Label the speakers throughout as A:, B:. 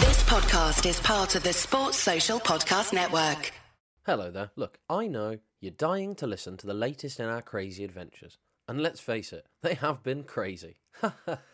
A: This podcast is part of the Sports Social Podcast Network.
B: Hello there. Look, I know you're dying to listen to the latest in our crazy adventures. And let's face it, they have been crazy.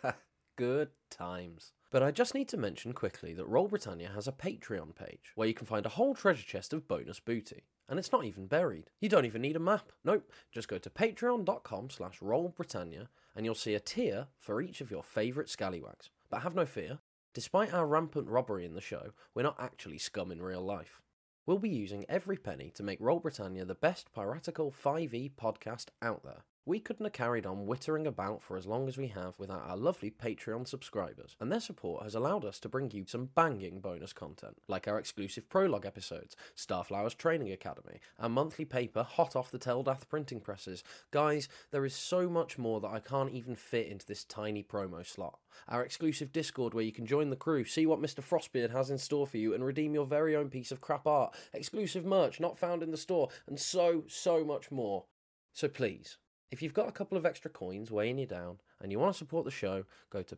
B: Good times. But I just need to mention quickly that Roll Britannia has a Patreon page where you can find a whole treasure chest of bonus booty. And it's not even buried. You don't even need a map. Nope. Just go to patreon.com slash rollbritannia and you'll see a tier for each of your favourite scallywags. But have no fear, despite our rampant robbery in the show, we're not actually scum in real life. We'll be using every penny to make Roll Britannia the best piratical 5e podcast out there. We couldn't have carried on wittering about for as long as we have without our lovely Patreon subscribers, and their support has allowed us to bring you some banging bonus content, like our exclusive prologue episodes, Starflower's Training Academy, our monthly paper hot off the Teldath printing presses. Guys, there is so much more that I can't even fit into this tiny promo slot. Our exclusive Discord where you can join the crew, see what Mr. Frostbeard has in store for you, and redeem your very own piece of crap art, exclusive merch not found in the store, and so, so much more. So please, if you've got a couple of extra coins weighing you down and you want to support the show, go to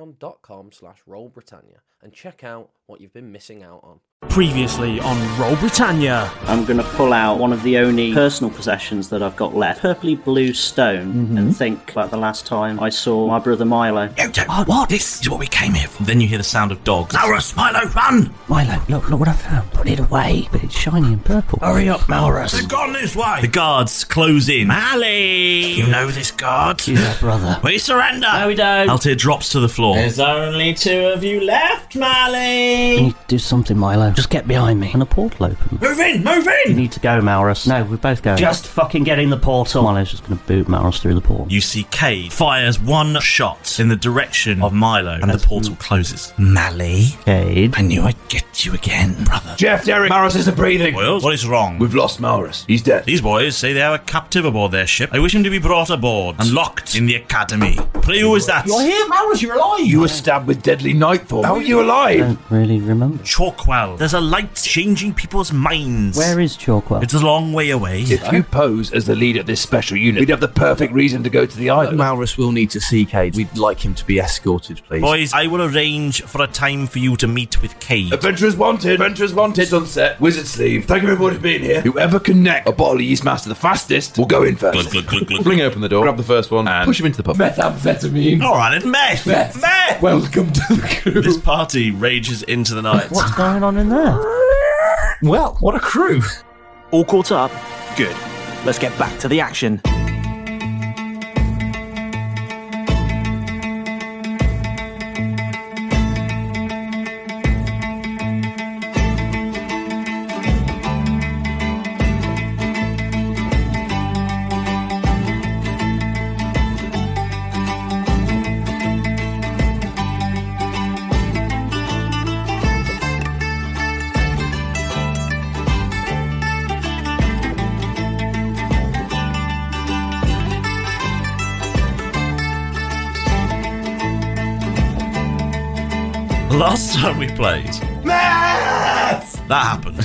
B: patreon.com slash rollbritannia and check out what you've been missing out on.
C: Previously on Roll Britannia.
D: I'm going to pull out one of the only personal possessions that I've got left, purpley blue stone, and think about the last time I saw my brother Milo.
E: Mm-hmm. You don't what? This is what we came here for. Then you hear the sound of dogs. Malrus, Milo, run!
F: Milo, look, look what I found. Put it away, but it's shiny and purple.
E: Hurry up, Malrus.
F: gone this way.
C: The guards close in.
E: Mally! You know this guard?
F: He's our brother.
E: We surrender!
F: No, we don't.
C: Altair drops to the floor.
F: only two of you left, Mally. You need to do something, Milo. Just get behind me.
D: And a portal open.
E: Move in, move
D: You
E: in!
D: need to go, Maurus. No, we're both going. Just fucking get in the portal. Milo's just going to boot Maurus through the portal.
C: You see Cade fires one shot in the direction of Milo, and the portal closes.
E: Mally,
D: Cade.
E: I knew I'd get you again, brother.
G: Jeff, Derek, Maris isn't breathing.
C: Boyles, what is wrong?
G: We've lost Maurus. He's dead.
C: These boys say they have a captive aboard their ship. I wish him to be brought aboard and locked in the academy. Pray who is that?
G: You're here, Maurus. You're alive. You were stabbed with deadly nightfall. How are you
D: I
G: alive?
D: don't really remember.
C: Chalkwell. There's a light changing people's minds.
D: Where is Chalkwell?
C: It's a long way away.
G: If you pose as the leader of this special unit, we'd have the perfect reason to go to the island.
F: Malrus will need to see Cade. We'd like him to be escorted, please.
C: Boys, I will arrange for a time for you to meet with Cade.
G: Adventurers wanted. Adventurers wanted. Sunset. Wizard sleeve. Thank you everyone for being here. Whoever can neck a bottle of Yeastmaster the fastest will go in
C: Glug,
G: first.
C: glug, glug, glug.
H: Fling open the door, grab the first one, and push him into the pub.
G: Methamphetamine.
C: All right, it's meth.
G: Meth.
C: Meth.
G: Welcome to the crew.
C: This party rages into the night.
D: What's going on in there?
F: Well, what a crew. All caught up.
G: Good.
F: Let's get back to the action.
C: Last time we played,
G: Meth!
C: that happened.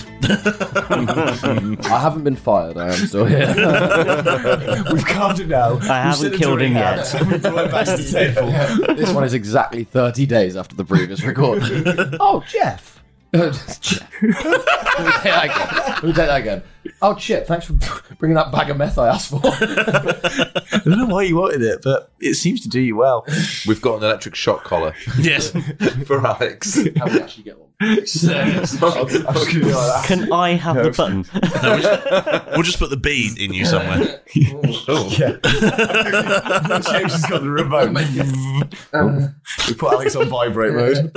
I: I haven't been fired, I am still here.
G: We've calmed it now.
D: I haven't killed him yet.
I: this one is exactly 30 days after the previous recording. oh, Jeff. Let me take that again. Let me take that again. Oh shit! Thanks for bringing that bag of meth I asked for.
J: I don't know why you wanted it, but it seems to do you well.
H: We've got an electric shock collar.
C: yes.
H: For Alex.
I: How we actually get one?
D: Can I have the button?
C: We'll just put the bead in you somewhere.
J: James has got the remote.
H: Oh.
J: we put Alex on vibrate mode.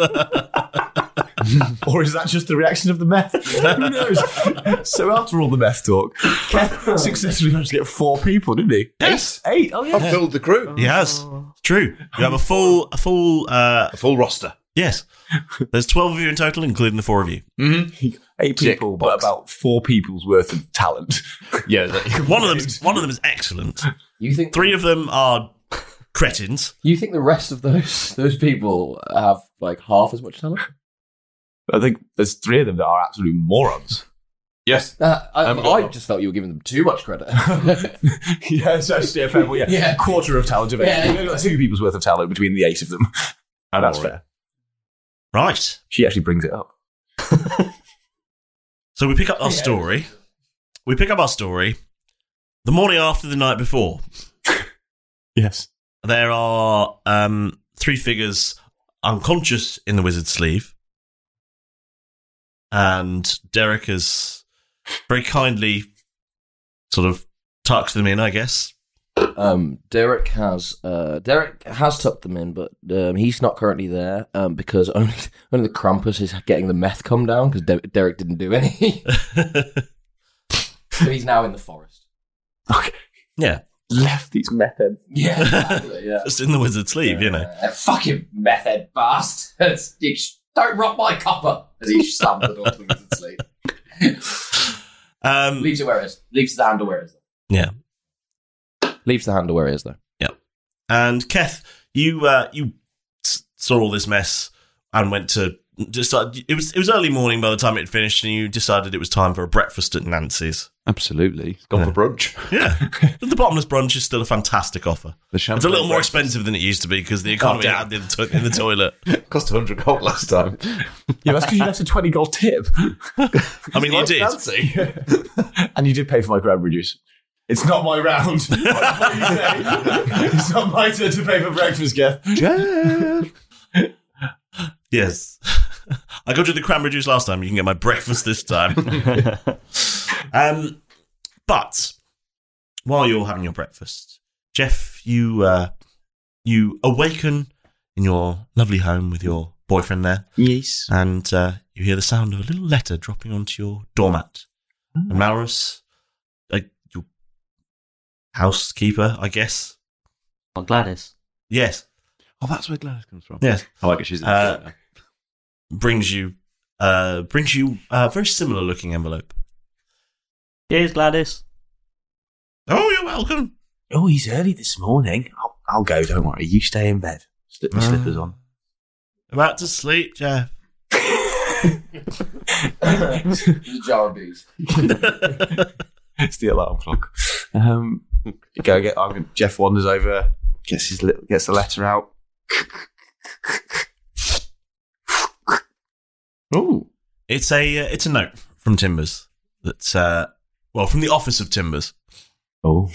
J: or is that just the reaction of the meth? Who knows? so after all the meth talk, Kev successfully managed to get four people, didn't he?
C: Yes.
J: Eight. Oh, yeah.
C: I've filled
H: the crew.
C: He has. It's true. You have a full, a full, uh, a
H: full roster.
C: Yes. There's 12 of you in total, including the four of you.
J: Mm-hmm. Eight
C: Tick
J: people,
C: box.
J: but about four people's worth of talent.
H: Yeah.
C: one of them. One of them is excellent.
I: You think
C: three of them are cretins?
I: You think the rest of those those people have like half as much talent?
J: I think there's three of them that are absolute morons.
H: Yes.
I: Uh, I, I just felt you were giving them too much credit.
J: yeah, it's actually a fair. Well, yeah,
I: Yeah.
J: quarter of talent of eight.
I: Yeah.
J: We've got two people's worth of talent between the eight of them, and that's fair.
C: Right.
J: She actually brings it up.
C: So we pick up our
J: Yeah.
C: story. We pick up our story the morning after the night before.
J: yes.
C: There are um, three figures unconscious in the wizard's sleeve. And Derek has very kindly sort of tucked them in, I guess.
I: Um, Derek has uh, Derek has tucked them in, but um, he's not currently there um, because only only the Krampus is getting the meth come down because De- Derek didn't do any. so he's now in the forest.
C: Yeah.
J: Left these method.
I: Yeah, exactly, yeah.
C: Just in the wizard's sleeve, you know.
I: Uh, fucking meth head bastards! You sh- don't rock my copper as he slams the door to the wizard's sleeve.
C: Um,
I: leaves it where it is. Leaves the handle where it is.
C: Yeah.
I: Leaves the handle where it is, though.
C: Yep. And Keth, you uh, you s- saw all this mess and went to just it was it was early morning by the time it finished, and you decided it was time for a breakfast at Nancy's.
K: Absolutely. It's gone for brunch.
C: Yeah, the bottomless brunch is still a fantastic offer. it's a little more expensive than it used to be because the economy
K: damn.
C: had in the, to- in the toilet.
H: Cost 100 gold last time.
J: Yeah, that's because you left a twenty gold tip.
C: I mean, you did.
J: and you did pay for my cranberry juice. It's not my round. it's not my turn to pay for breakfast, Jeff. Jeff.
C: Yes. I got you the cranberry juice last time. You can get my breakfast this time. um, but while you're having your breakfast, Jeff, you uh, you awaken in your lovely home with your boyfriend there.
D: Yes.
C: And uh, you hear the sound of a little letter dropping onto your doormat.
D: Mm.
C: And Malrus, uh, your housekeeper, I guess.
D: Oh, Gladys.
C: Yes.
K: Oh, that's where Gladys comes from.
C: Yes.
K: Oh, I guess she's in the
C: Uh,
K: show now.
C: brings you uh, brings you a very similar looking envelope.
D: Cheers, Gladys.
C: Oh, you're welcome.
J: Oh, he's early this morning. I'll, I'll go. Don't worry. You stay in bed. Slip my
C: Ah.
J: slippers on.
C: About to sleep, Jeff.
I: the jar of booze.
J: it's the alarm clock. Um, go get. I'm, Jeff wanders over, gets his li- gets the letter out. Oh,
C: it's a uh, it's a note from Timbers that's uh, well from the office of Timbers.
J: Oh,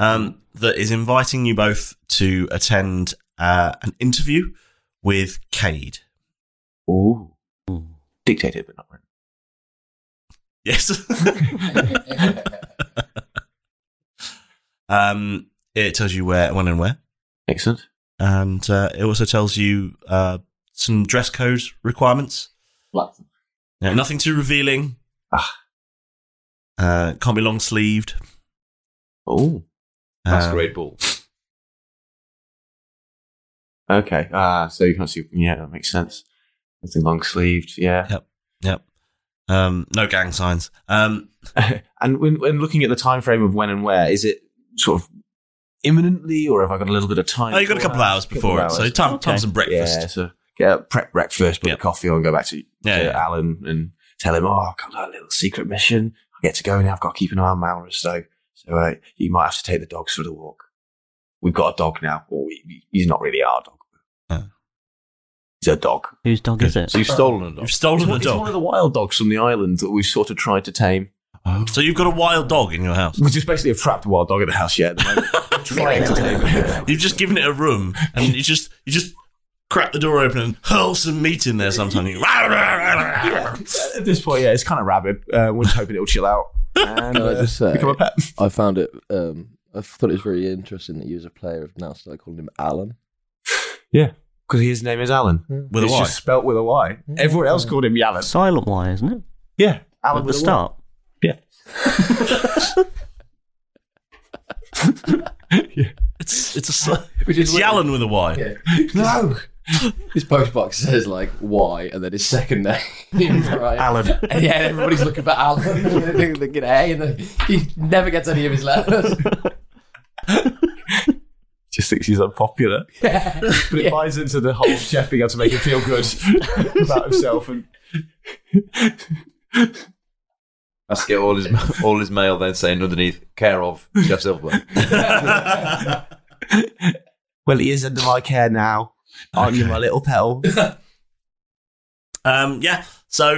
C: um, that is inviting you both to attend uh, an interview with Cade.
J: Oh, dictated but not written.
C: Yes. um, it tells you where, when, and where.
J: Excellent.
C: And uh, it also tells you uh, some dress code requirements. Yeah, nothing too revealing. Ah. Uh, can't be long sleeved.
J: Oh.
H: Um,
C: Masquerade
H: ball.
J: Okay. Ah, so you can't see. Yeah, that makes sense. Nothing long sleeved. Yeah.
C: Yep. Yep. Um, no gang signs. Um,
J: and when, when looking at the time frame of when and where, is it sort of imminently, or have I got a little bit of time?
C: Oh, you've got a couple of hours before it, so time-
J: Thompson
C: time's some breakfast.
J: Yeah, so get a prep breakfast, put a coffee on, go back to,
C: Yeah,
J: to
C: yeah.
J: Alan and tell him, "Oh, I've got a little secret mission. I get to go now. I've got to keep an eye on Maurus, though. So uh, you might have to take the dogs for the walk. We've got a dog now, or we, he's not really our dog. He's a dog.
D: Whose dog is it?
J: So you've stolen a dog.
C: You've stolen a
J: It's one- It's
C: dog.
J: one of the wild dogs from the island that we've sort of tried to tame.
C: So you've got a wild dog in your house.
J: We just basically have trapped a wild dog in the house yet.
C: Trying to tame it. You've just given it a room, and you just you just crack the door open and hurl some meat in there. Sometimes you.
J: At this point, yeah, it's kind of rabid. Uh, we're just hoping it'll chill out. And,
I: Can I
J: uh,
I: just say,
J: become a pet.
I: I found it. Um, I thought it was really interesting that you, as a player, have now started calling him Alan.
J: Yeah, because his name is Alan.
I: With a
J: it's
I: Y.
J: just spelt with a Y.
I: Hmm.
J: Everyone else called him Yalan.
D: Silent Y, isn't it?
J: Yeah.
D: At the
J: with a Y.
D: start.
C: It's it's a sl- it's Yallen with a Y.
I: No. His postbox says like Y, and then his second name, right? Alan. yeah, everybody's looking for Alan. they look at A, and then he never gets any of his letters.
J: Just thinks he's unpopular.
L: But it buys into the whole Jeff being able to make him feel good about himself and
H: Has to get all his all his mail then saying underneath care of Jeff Silverman.
J: Well, he is under my care now. Aren't you my little pal?
C: Um, yeah. So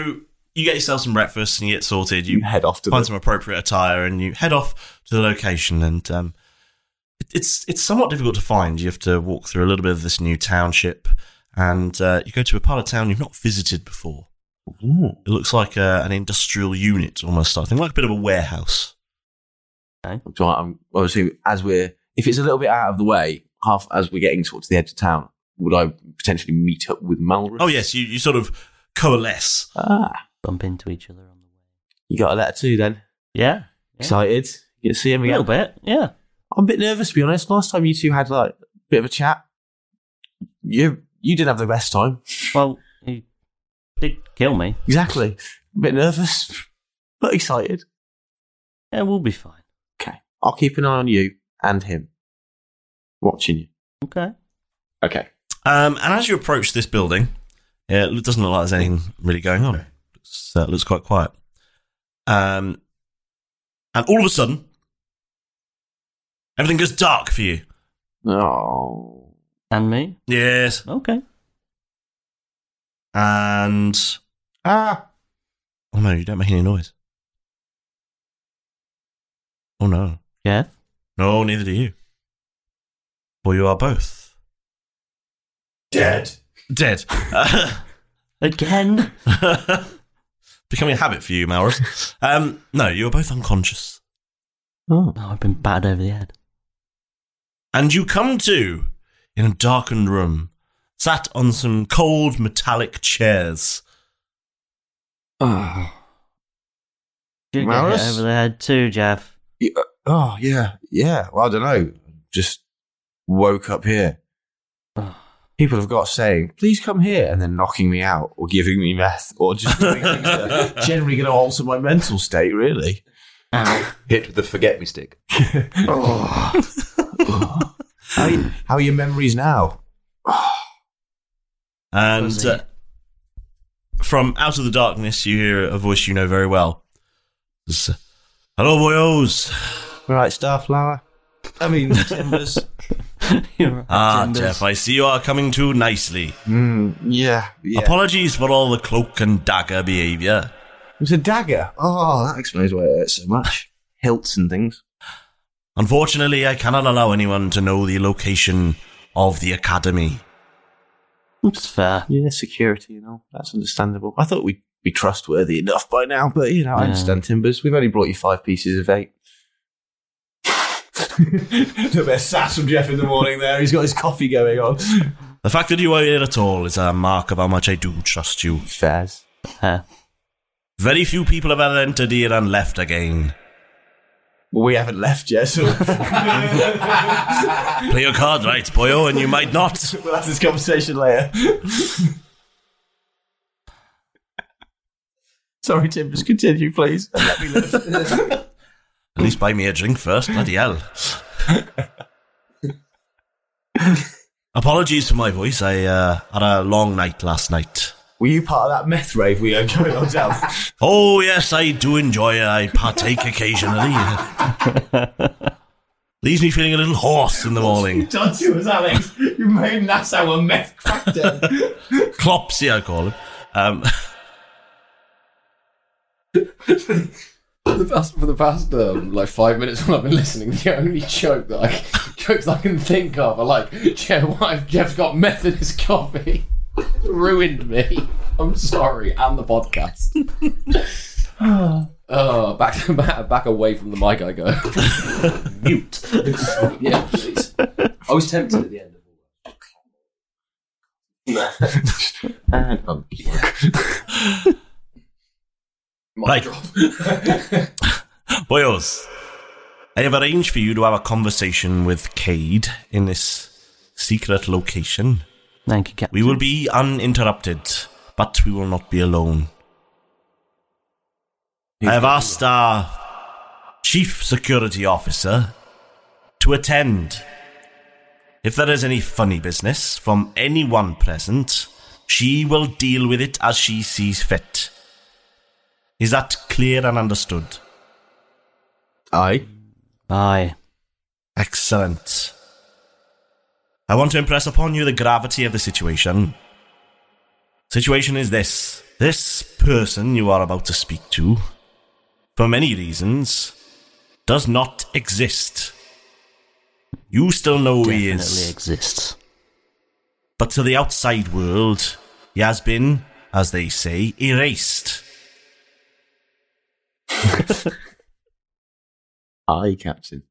C: you get yourself some breakfast and you get sorted. You,
J: head off to
C: find
J: the-
C: some appropriate attire and you head off to the location. And um, it, it's it's somewhat difficult to find. You have to walk through a little bit of this new township, and uh, you go to a part of town you've not visited before. It looks like uh an industrial unit almost. I think like a bit of a warehouse.
J: So I'm obviously as we're if it's a little bit out of the way, half as we're getting sort of to the edge of town, would I potentially meet up with Malrus?
C: Oh yes, you, you sort of coalesce.
J: Ah.
D: Bump into each other on the way.
J: You got a letter too then?
D: Yeah.
J: Excited? You get to see him
D: A
J: again?
D: little bit, yeah.
J: I'm a bit nervous to be honest. Last time you two had like a bit of a chat. You you didn't have the best time.
D: Well, he did kill me.
J: Exactly. A bit nervous, but excited.
D: Yeah, we'll be fine.
J: Okay. I'll keep an eye on you and him. Watching you.
D: Okay.
J: Okay.
C: Um, and as you approach this building, yeah, it doesn't look like there's anything really going on. Looks, uh, looks quite quiet. Um, and all of a sudden, everything goes dark for you.
J: Oh.
D: And me?
C: Yes.
D: Okay.
C: And
J: ah,
C: oh no, you don't make any noise. Oh no.
D: Yeah.
C: No, neither do you. For you are both dead. Dead.
D: Again.
C: Becoming a habit for you, Maurus. Um, no, you are both unconscious.
D: Oh. I've been battered over the head.
C: And you come to in a darkened room, sat on some cold metallic chairs.
J: Ah.
D: You get hit
J: Maurus?
D: over the head too, Jeff.
J: Oh yeah, yeah. Well, I don't know. Just woke up here. People have got saying, "Please come here," and then knocking me out or giving me meth or just doing things that are generally going to alter my mental state. Really. Ah.
H: Hit with the forget me stick.
J: Oh. how, are you- how are your memories now?
C: And uh, from out of the darkness, you hear a voice you know very well. It's, Hello, boyos.
J: Right, Starflower. I mean, Timbers.
C: Ah, Jeff, I see you are coming to nicely.
J: Mm, yeah, yeah.
C: Apologies for all the cloak and dagger behavior.
J: It was a dagger. Oh, that explains why it hurts so much. Hilts and things.
C: Unfortunately, I cannot allow anyone to know the location of the academy.
D: It's fair.
J: Yeah, security and all. That's understandable. I thought we'd be trustworthy enough by now, but you know, I
D: Yeah.
J: understand Timbers. We've only brought you five pieces of eight.
L: a bit of sass from Jeff in the morning there. He's got his coffee going on.
C: The fact that you are here at all is a mark of how much I do trust you.
J: Faz.
C: Very few people have ever entered here and left again.
J: Well, we haven't left yet, so
C: Play your card right, boyo, and you might not.
L: we'll have this conversation later.
J: Sorry, Timbers, continue, please.
C: At least buy me a drink first, bloody hell. Apologies for my voice. I uh, had a long night last night.
L: Were you part of that meth rave we had going on down?
C: Oh yes, I do enjoy. it. I partake occasionally. Leaves me feeling a little hoarse in the morning.
L: done to us, Alex. You made Nassau a meth
C: Clopsy, I call him. Um,
I: For the past, for the past um, like five minutes when I've been listening, the only joke that I jokes I can think of are like, Jeff, what if Jeff's got Methodist coffee? Ruined me. I'm sorry, and the podcast. Oh, back to back, back away from the mic I go. Mute. yeah, please. I was tempted at the end.
C: right. Boyos, I have arranged for you to have a conversation with Cade in this secret location.
F: Thank you, Captain.
C: We will be uninterrupted, but we will not be alone. I have asked our chief security officer to attend. If there is any funny business from anyone present, she will deal with it as she sees fit. Is that clear and understood?
J: Aye.
C: Aye. Excellent. I want to impress upon you the gravity of the situation. Situation is this this person you are about to speak to, for many reasons, does not exist. You still know who he is.
F: Definitely
C: exists. But to the outside world, he has been, as they say, erased.
J: Aye, Captain.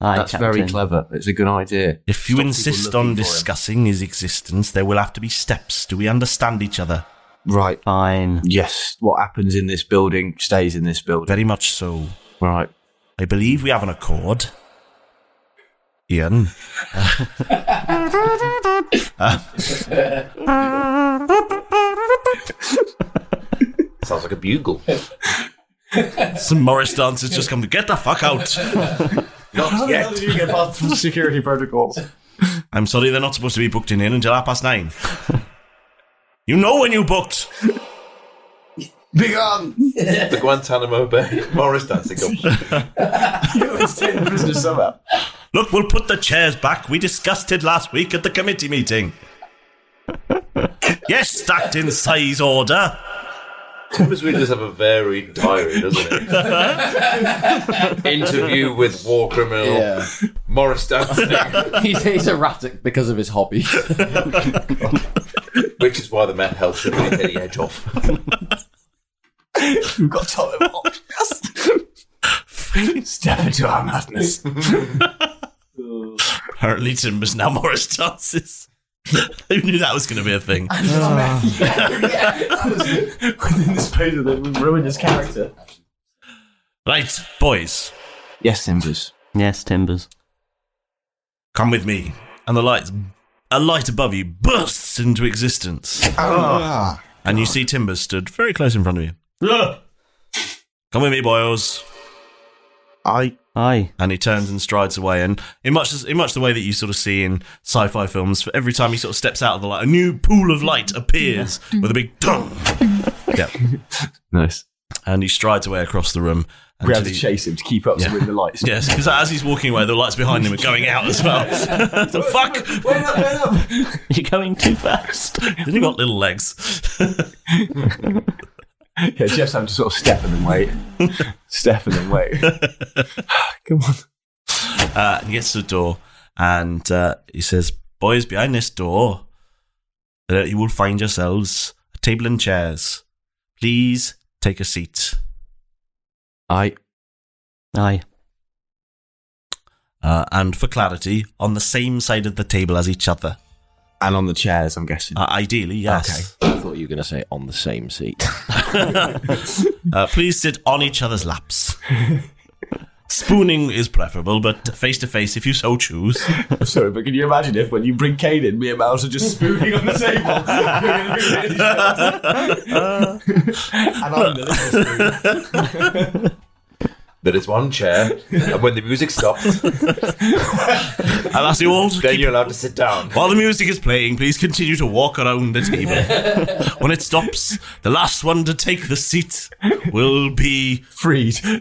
C: Aye,
J: That's very
C: Captain.
J: clever. It's a good idea.
C: If you insist on discussing his existence, there will have to be steps. Do we understand each other?
J: Right. Fine. Yes. What happens in this building stays in this building.
C: Very much so.
J: Right.
C: I believe we have an accord. Ian.
H: Sounds like a bugle.
C: Some Morris dancers just come to get the fuck out.
L: Not yet. you get past security protocols?
C: I'm sorry, they're not supposed to be booked in here until half past nine. you know when you booked.
H: Begone! the Guantanamo Bay Morris dancing company.
L: it's taking prisoners somehow.
C: Look, we'll put the chairs back. We discussed it last week at the committee meeting. yes, stacked in size order.
H: Because we just have a varied diary, doesn't it? Interview with war criminal
I: Yeah.
H: Morris dancing,
I: he's, he's erratic because of his hobby.
H: which is why the meth helps him take any edge off.
L: We've got Tom and Bob. Step into our madness.
C: Apparently, Timber's now Morris dances. Who knew that was going to be a thing?
L: Within the space of that ruined his character.
C: Right, boys.
J: Yes, Timbers.
C: Yes, Timbers. Come with me. And the lights, a light above you bursts into existence.
J: Ah.
C: and you see Timbers stood very close in front of you. Come with me, boys.
J: Aye.
C: Aye. And he turns and strides away. And in much, as- in much the way that you sort of see in sci fi films, for every time he sort of steps out of the light, a new pool of light appears with a big dung. yeah.
J: Nice.
C: And he strides away across the room.
L: We have
C: until
L: to
C: he-
L: chase him to keep up
C: Yeah.
L: with the lights.
C: Yes, because as he's walking away, the lights behind him are going out as well. the fuck?
L: Wait up, wait up.
C: You're going too fast. then you got little legs.
L: Yeah, Jeff's having to sort of step and then wait. step and then wait. Come on.
C: Uh, and he gets to the door and uh, he says, Boys, behind this door, uh, you will find yourselves a table and chairs. Please take a seat.
J: Aye.
C: Aye. Uh, and for clarity, on the same side of the table as each other.
J: And on the chairs, I'm guessing.
C: Uh, ideally, yes.
I: I thought you were going to say on the same seat.
C: Uh, please sit on each other's laps. Spooning is preferable, but face to face if you so choose.
L: I'm sorry, but can you imagine if when you bring Kane in, me and Miles are just spooning on the table? and I'm the little spoon.
H: There is one chair, and when the music stops,
C: I'll ask you all to
H: then you're allowed to sit down.
C: While the music is playing, please continue to walk around the table. when it stops, the last one to take the seat will be freed.
L: Kay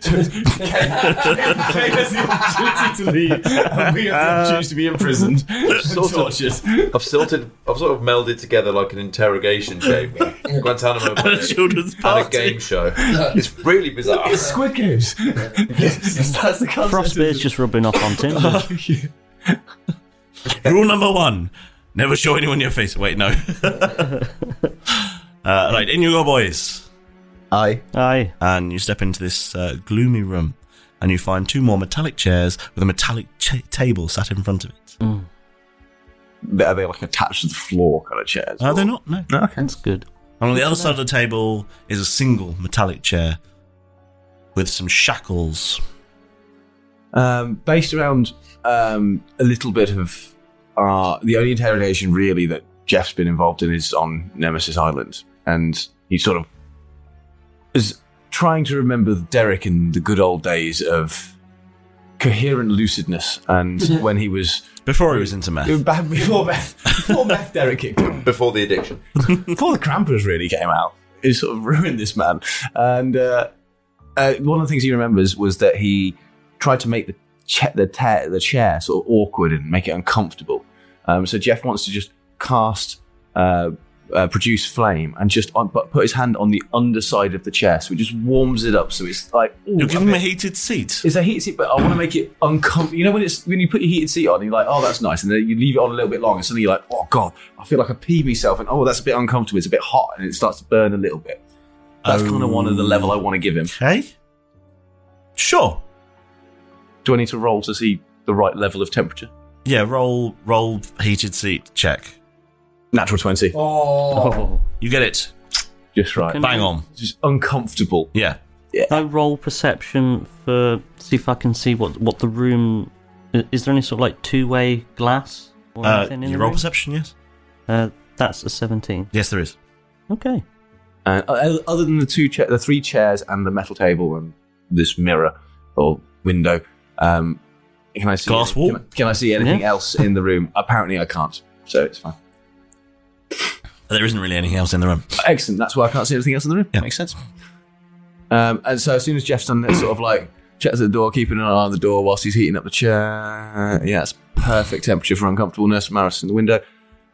L: has the opportunity to leave, and we have the opportunity to be imprisoned.
H: Sort of, I've sorted, I've sort of melded together like an interrogation chamber, Guantanamo Bay,
C: children's
H: and a game show. It's really bizarre.
L: It's Squid Games. That's the concept.
D: Frostbeard's just rubbing off on Tim.
C: Rule number one: never show anyone your face. Wait, no. uh, right, in you go, boys.
L: Aye,
D: aye.
C: And you step into this uh, gloomy room, and you find two more metallic chairs with a metallic ch- table sat in front of it.
D: Hmm.
J: Are they like attached to the floor kind of chairs?
C: Are they Uh, not? No.
J: Okay.
D: That's good.
C: And on the other side of the table is a single metallic chair with some shackles.
J: um, based around um, a little bit of uh, the only interrogation really that Jeff's been involved in is on Nemesis Island, and he sort of is trying to remember Derek in the good old days of coherent lucidness, and when he was
C: before he was into meth,
J: before meth, before meth, Derek kicked him
H: before the addiction,
J: before the crampers really came out. It sort of ruined this man, and uh, uh, one of the things he remembers was that he tried to make the cha- the, ta- the chair sort of awkward and make it uncomfortable. Um, so Jeff wants to just cast uh, uh, produce flame and just un- but put his hand on the underside of the chair, so it just warms it up. So it's like ooh,
C: You're giving him a heated seat.
J: It's a heated seat, but I want to make it uncomfortable. You know when it's when you put your heated seat on, you're like, oh, that's nice, and then you leave it on a little bit longer, and suddenly you're like, oh god, I feel like I pee myself, and oh, that's a bit uncomfortable. It's a bit hot, and it starts to burn a little bit. That's kind of one of the level I want to give him.
C: Oh. Okay. Sure.
J: Do I need to roll to see the right level of temperature?
C: Yeah, roll roll heated seat check. Uh,
J: Natural twenty.
I: Oh.
C: You get it.
J: Just right.
C: Bang on.
J: Just uncomfortable.
C: Yeah.
D: Can I roll perception for see if I can see what what the room i- is. There any sort of like two way glass or
C: Uh,
D: anything in
C: you
D: the
C: roll
D: room?
C: perception, yes?
D: Uh, that's a seventeen.
C: Yes, there is.
D: Okay.
J: And uh, o- other than the two, cha- the three chairs and the metal table and this mirror or window, um, can I see
C: Glass wall?
J: Can I, can I see anything else in the room? Apparently, I can't, so it's fine.
C: There isn't really anything else in the room.
J: Excellent. That's why I can't see anything else in the room. Makes sense. Um, and so as soon as Jeff's done that, sort of like checks the door, keeping an eye on the door whilst he's heating up the chair. Yeah, it's perfect temperature for uncomfortableness. Maris in the window.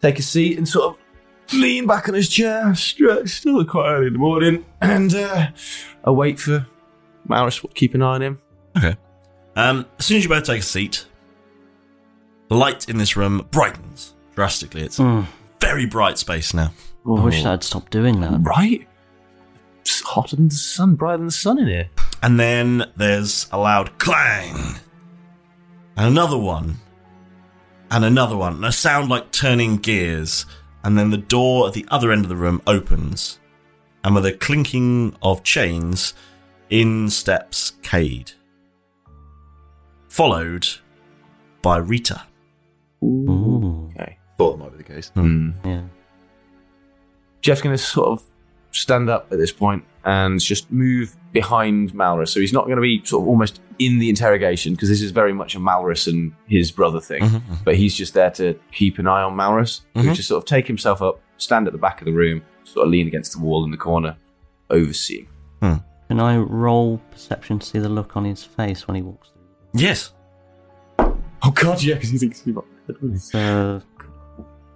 J: Take a seat and sort of lean back on his chair, stretch. Still quite early in the morning, and uh, I wait for Maris. Keep an eye on him.
C: Okay. Um, as soon as you both take a seat, the light in this room brightens drastically. It's
D: Mm.
C: a very bright space now.
D: Well, I wish I'd stopped doing that.
J: Oh. Right? It's hotter than the sun, brighter than the sun in here.
C: And then there's a loud clang. And another one. And another one. And a sound like turning gears. And then the door at the other end of the room opens. And with a clinking of chains, in steps Cade. Followed by Rita.
J: Okay.
H: Thought that might be the case.
J: Hmm.
D: Yeah.
J: Jeff's going to sort of stand up at this point and just move behind Malrus. So he's not going to be sort of almost in the interrogation because this is very much a Malrus and his brother thing.
C: Mhm,
J: But he's just there to keep an eye on Malrus, who
C: Mhm.
J: just sort of take himself up, stand at the back of the room, sort of lean against the wall in the corner, overseeing.
D: Can I roll perception to see the look on his face when he walks?
C: Yes.
J: Oh god, yeah, because he thinks he's
D: So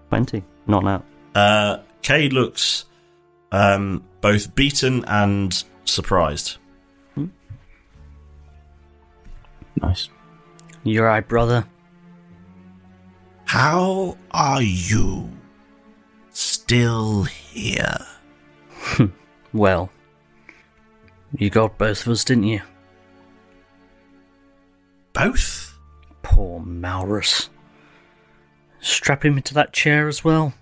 D: twenty, not now.
C: Uh, Cade looks um, both beaten and surprised.
J: Nice.
F: You're right, brother.
C: How are you still here?
F: Well, you got both of us, didn't you?
C: Both?
F: Poor Malrus. Strap him into that chair as well.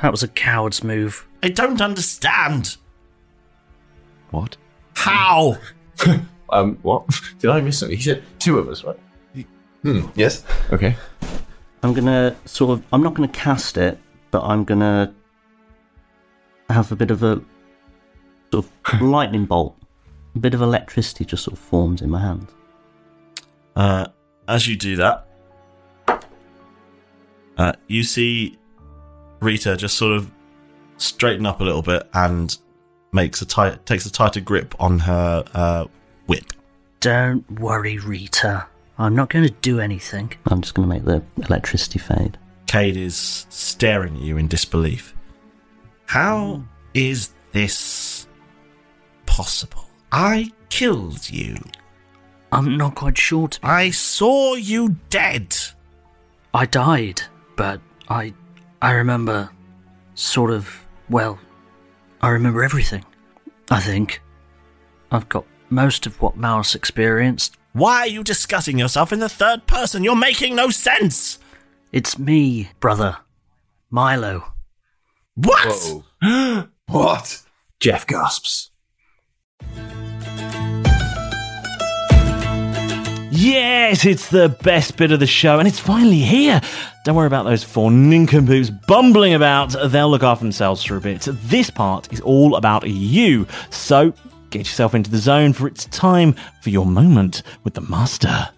F: That was a coward's move.
C: I don't understand.
J: What?
C: How?
J: um, what? Did I miss something? He said two of us, right?
H: Yes.
J: Okay.
D: I'm gonna sort of. I'm not gonna cast it, but I'm gonna have a bit of a sort of lightning bolt A bit of electricity just sort of forms in my hand.
C: Uh, as you do that, uh, you see Rita just sort of straighten up a little bit and makes a tight takes a tighter grip on her uh, whip.
F: Don't worry, Rita. I'm not going to do anything.
D: I'm just going to make the electricity fade.
C: Cade is staring at you in disbelief. How is this possible? I killed you.
F: I'm not quite sure. To be
C: I saw you dead.
F: I died, but I, I remember, sort of. Well, I remember everything. I think I've got most of what Maurus experienced.
C: Why are you discussing yourself in the third person? You're making no sense.
F: It's me, brother, Milo.
C: What?
L: what? Jeff gasps.
K: Yes, it's the best bit of the show, and it's finally here. Don't worry about those four nincompoops bumbling about. They'll look after themselves for a bit. This part is all about you. So get yourself into the zone, for it's time for your moment with the master.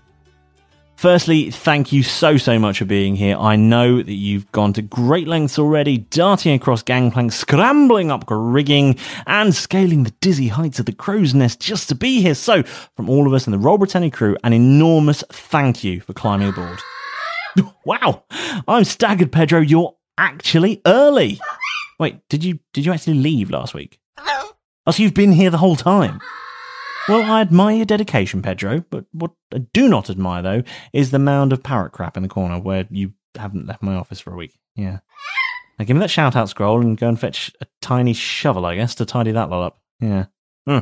K: Firstly, thank you so, so much for being here. I know that you've gone to great lengths already, darting across gangplanks, scrambling up rigging, and scaling the dizzy heights of the crow's nest just to be here. So, from all of us in the Royal Britannia crew, an enormous thank you for climbing aboard. wow, I'm staggered, Pedro. You're actually early. Wait, did you did you actually leave last week? Oh, so you've been here the whole time. Well, I admire your dedication, Pedro, but what I do not admire, though, is the mound of parrot crap in the corner where you haven't left my office for a week. Yeah. Now give me that shout out scroll and go and fetch a tiny shovel, I guess, to tidy that lot up. Yeah. Hmm.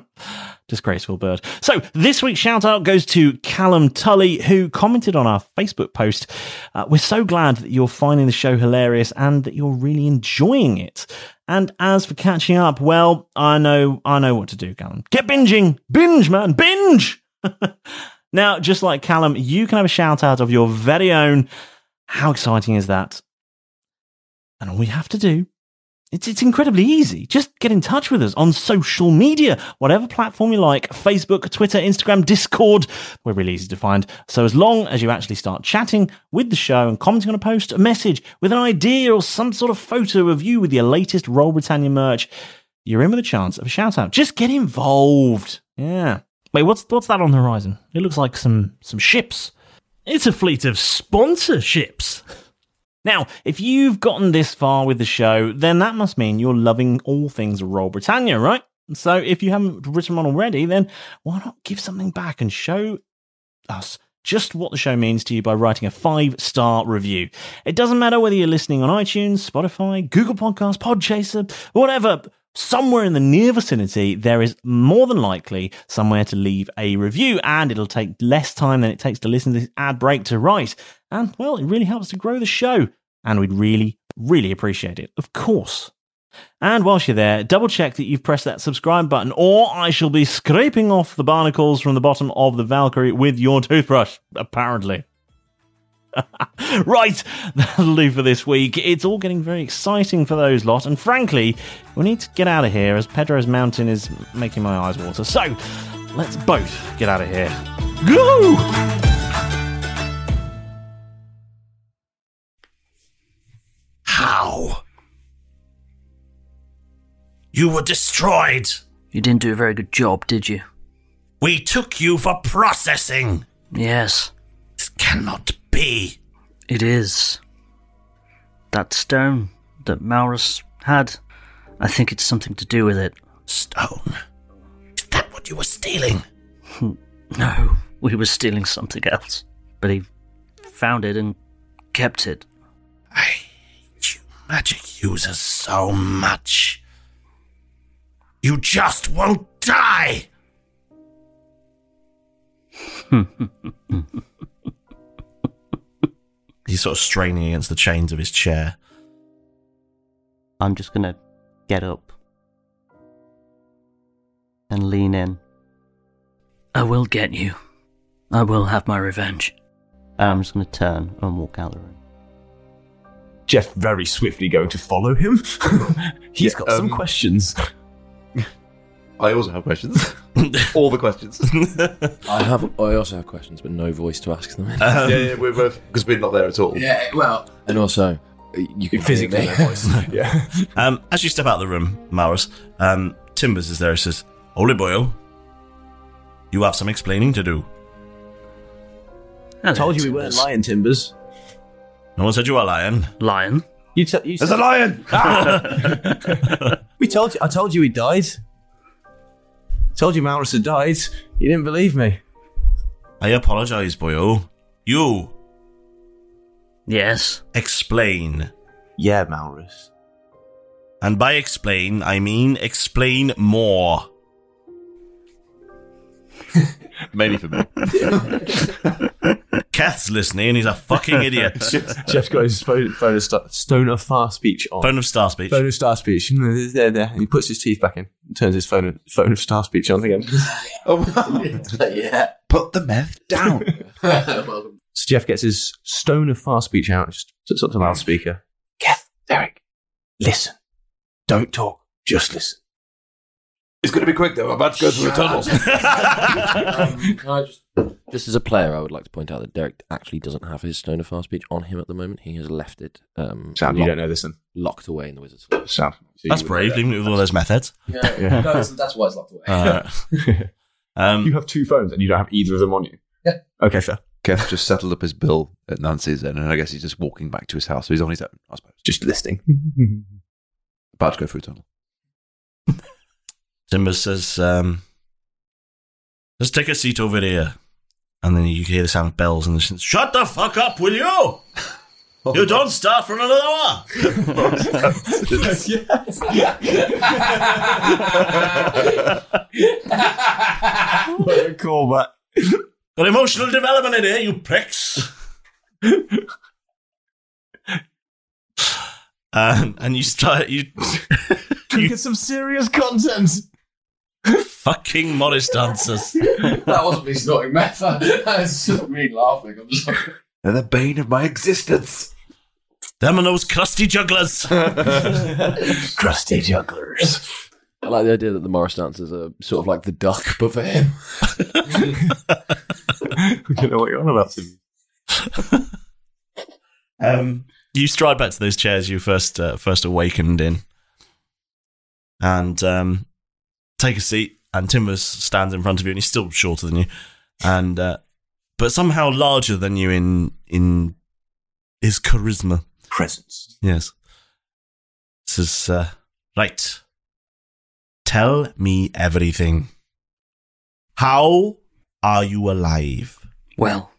K: Disgraceful bird. So this week's shout out goes to Callum Tully, who commented on our Facebook post. Uh, we're so glad that you're finding the show hilarious and that you're really enjoying it. And as for catching up, well, I know, I know what to do, Callum. Get binging, binge, man, binge. now, just like Callum, you can have a shout out of your very own. How exciting is that? And all we have to do it's, it's incredibly easy. Just get in touch with us on social media, whatever platform you like Facebook, Twitter, Instagram, Discord. We're really easy to find. So, as long as you actually start chatting with the show and commenting on a post, a message with an idea or some sort of photo of you with your latest Roll Britannia merch, you're in with a chance of a shout out. Just get involved. Yeah. Wait, what's, what's that on the horizon? It looks like some, some ships. It's a fleet of sponsorships. Now, if you've gotten this far with the show, then that must mean you're loving all things Royal Britannia, right? So if you haven't written one already, then why not give something back and show us just what the show means to you by writing a five star review? It doesn't matter whether you're listening on iTunes, Spotify, Google Podcasts, Podchaser, whatever. Somewhere in the near vicinity, there is more than likely somewhere to leave a review, and it'll take less time than it takes to listen to this ad break to write. And well, it really helps to grow the show, and we'd really, really appreciate it, of course. And whilst you're there, double check that you've pressed that subscribe button, or I shall be scraping off the barnacles from the bottom of the Valkyrie with your toothbrush, apparently. right, that'll do for this week. It's all getting very exciting for those lot, and frankly, we need to get out of here as Pedro's mountain is making my eyes water. So, let's both get out of here. Go!
C: How? You were destroyed.
F: You didn't do a very good job, did you?
C: We took you for processing.
F: Yes,
C: This cannot be.
F: it is. That stone that Maurus had, I think it's something to do with it.
C: Stone? Is that what you were stealing?
F: No, we were stealing something else. But he found it and kept it.
C: Magic uses so much. You just won't die. He's sort of straining against the chains of his chair.
D: I'm just going to get up and lean in.
F: I will get you. I will have my revenge.
D: And I'm just going to turn and walk out the room.
L: Jeff very
J: Um,
L: swiftly going to follow him. He's got some questions.
H: I also have questions. All the questions.
I: I have. I also have questions, but no voice to ask them.
J: Um,
I: in.
H: yeah, yeah, we're both because we're not there at all.
I: Yeah, well, and also uh, you can
H: physically
I: hear me.
C: yeah. Um, as you step out of the room, Maurus, um, Timbers is there. He says, "Holy boyo, you have some explaining to do."
J: I told you we weren't lying, Timbers.
C: No one said you were lying.
F: Lion.
J: You, t- you
C: There's a lion!
J: we told you. I told you he died. Told you Maurus had died. You didn't believe me.
C: I apologise, boyo. You.
F: Yes.
C: Explain.
J: Yeah, Maurus.
C: And by explain, I mean explain more. Maybe for me. Kath's listening and he's a fucking idiot.
J: Jeff's got his phone, phone of star, stone of far speech on.
C: Phone of star speech.
J: Phone of star speech. There, there. And he puts his teeth back in. And turns his phone of, phone of star speech on again.
I: yeah.
J: Put the meth down. so Jeff gets his stone of far speech out and just puts it up to loudspeaker. Kath, Derek, listen. Don't talk. Just listen.
H: It's going to be quick though. I'm about to go through the tunnels.
I: Just as a player, I would like to point out that Derek actually doesn't have his Stone of Fast Speech on him at the moment. He has left it. Um,
J: Sam, you
I: locked-
J: don't know this one.
I: Locked away in the Wizard's.
J: Sam.
C: That's brave, even with all those methods.
I: that's why it's locked away.
C: Um,
J: you have two phones and you don't have either of them on you. Okay, fair.
H: Kev just settled up his bill at Nancy's, and I guess he's just walking back to his house. So he's on his own, I suppose.
J: Just listening.
H: About to go through a tunnel.
C: Timber says, um, "Let's take a seat over here." And then you hear the sound of bells, and it's, "Shut the fuck up, will you? you don't start for another hour."
J: what a callback!
C: Got emotional development in here, you pricks.
J: e-
C: um, and you start you
J: Can we get some serious content?
C: fucking Morris dancers.
H: that wasn't me snorting meth. That's just me laughing. I'm sorry. They're the bane of my existence.
C: Them and those crusty jugglers.
J: crusty jugglers.
I: I like the idea that the Morris dancers are sort of like the duck, but for him.
J: I don't know what you're on about. Tim.
C: Um, you stride back to those chairs you first uh, first awakened in, and um, take a seat. And Timbers stands in front of you, and he's still shorter than you, and uh, but somehow larger than you in in his charisma
J: presence.
C: Yes, says uh, right. Tell me everything. How are you alive?
F: Well,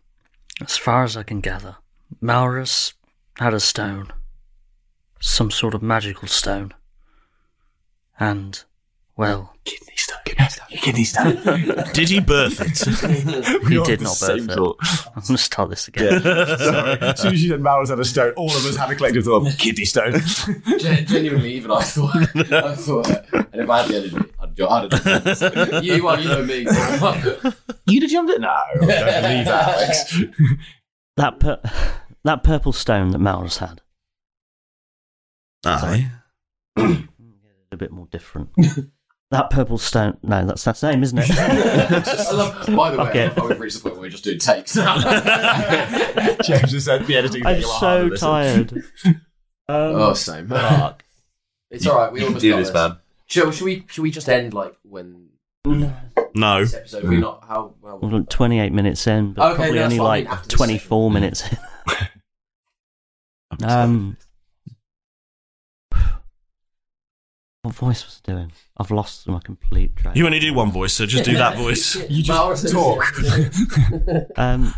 F: as far as I can gather, Maurus had a stone. Some sort of magical stone. And, well. Kidney stone.
J: Kidney stone.
C: Did he birth
F: it?
J: We
F: he
J: all
F: did
J: had
F: not
J: the
F: birth
J: same
F: it.
J: thought.
F: I'm going to start this
J: Yeah.
F: again.
J: Sorry. As soon as you said Maurus had a stone, all of us had a collective thought of kidney stone.
I: Gen- genuinely, even I thought, I thought, and if I had the energy, I'd, jo- I'd have done it. You, well, you know me.
J: You'd have jumped it? No, I don't believe that, Alex.
F: That, pur- that purple stone that Maurus had.
C: Aye.
F: a bit more different. that purple stone. No, that's that's name, isn't it?
I: I love, by the way,
F: Okay.
I: I love how we've reached the point where we're just doing takes.
J: James has said the editing
F: I'm so tired. Um,
I: oh, same.
F: fuck.
I: It's all right. We
H: you can
I: almost
H: do
I: got
H: this, man.
I: Should, should we? Should we just end like when
C: No.
I: this episode?
F: Mm.
H: Mm.
I: We're not how. how
F: Well, 28 minutes in, but
I: Okay,
F: probably
I: no, that's
F: only
I: what I mean,
F: like
I: after this
F: 24 minutes in. um, what voice was I doing? I've lost my complete track.
C: You only do one voice, so just do that voice.
J: You just talk.
F: um,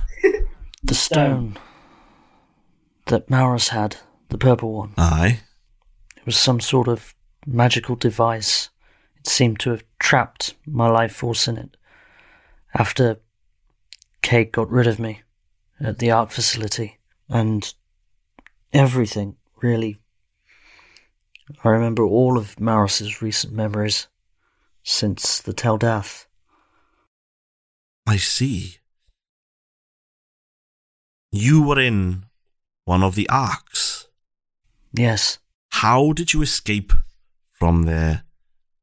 F: the stone that Maurus had, the purple one.
C: Aye.
F: It was some sort of magical device. It seemed to have trapped my life force in it. After Kate got rid of me at the art facility, and everything really. I remember all of Maurus's recent memories since the Teldath.
C: I see. You were in one of the arcs.
F: Yes.
C: How did you escape from there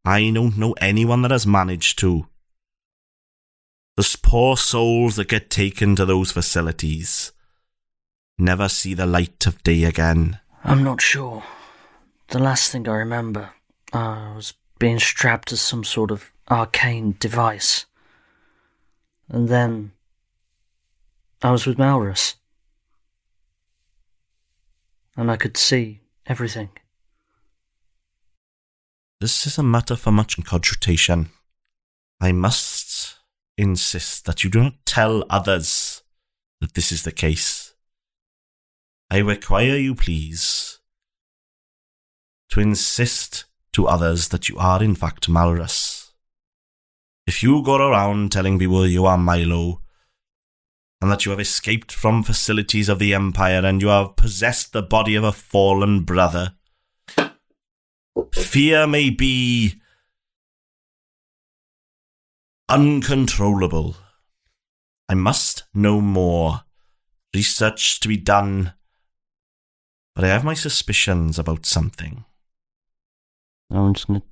C: I don't know anyone that has managed to. Those poor souls that get taken to those facilities never see the light of day again.
F: I'm not sure. The last thing I remember, I was being strapped to some sort of arcane device. And then I was with Malrus. And I could see everything.
C: This is a matter for much cogitation. I must insist that you do not tell others that this is the case. I require you, please, to insist to others that you are, in fact, Malrus. If you go around telling people you are Milo, and that you have escaped from facilities of the Empire and you have possessed the body of a fallen brother, fear may be uncontrollable. I must know more. Research to be done. But I have my suspicions about something.
F: I'm just gonna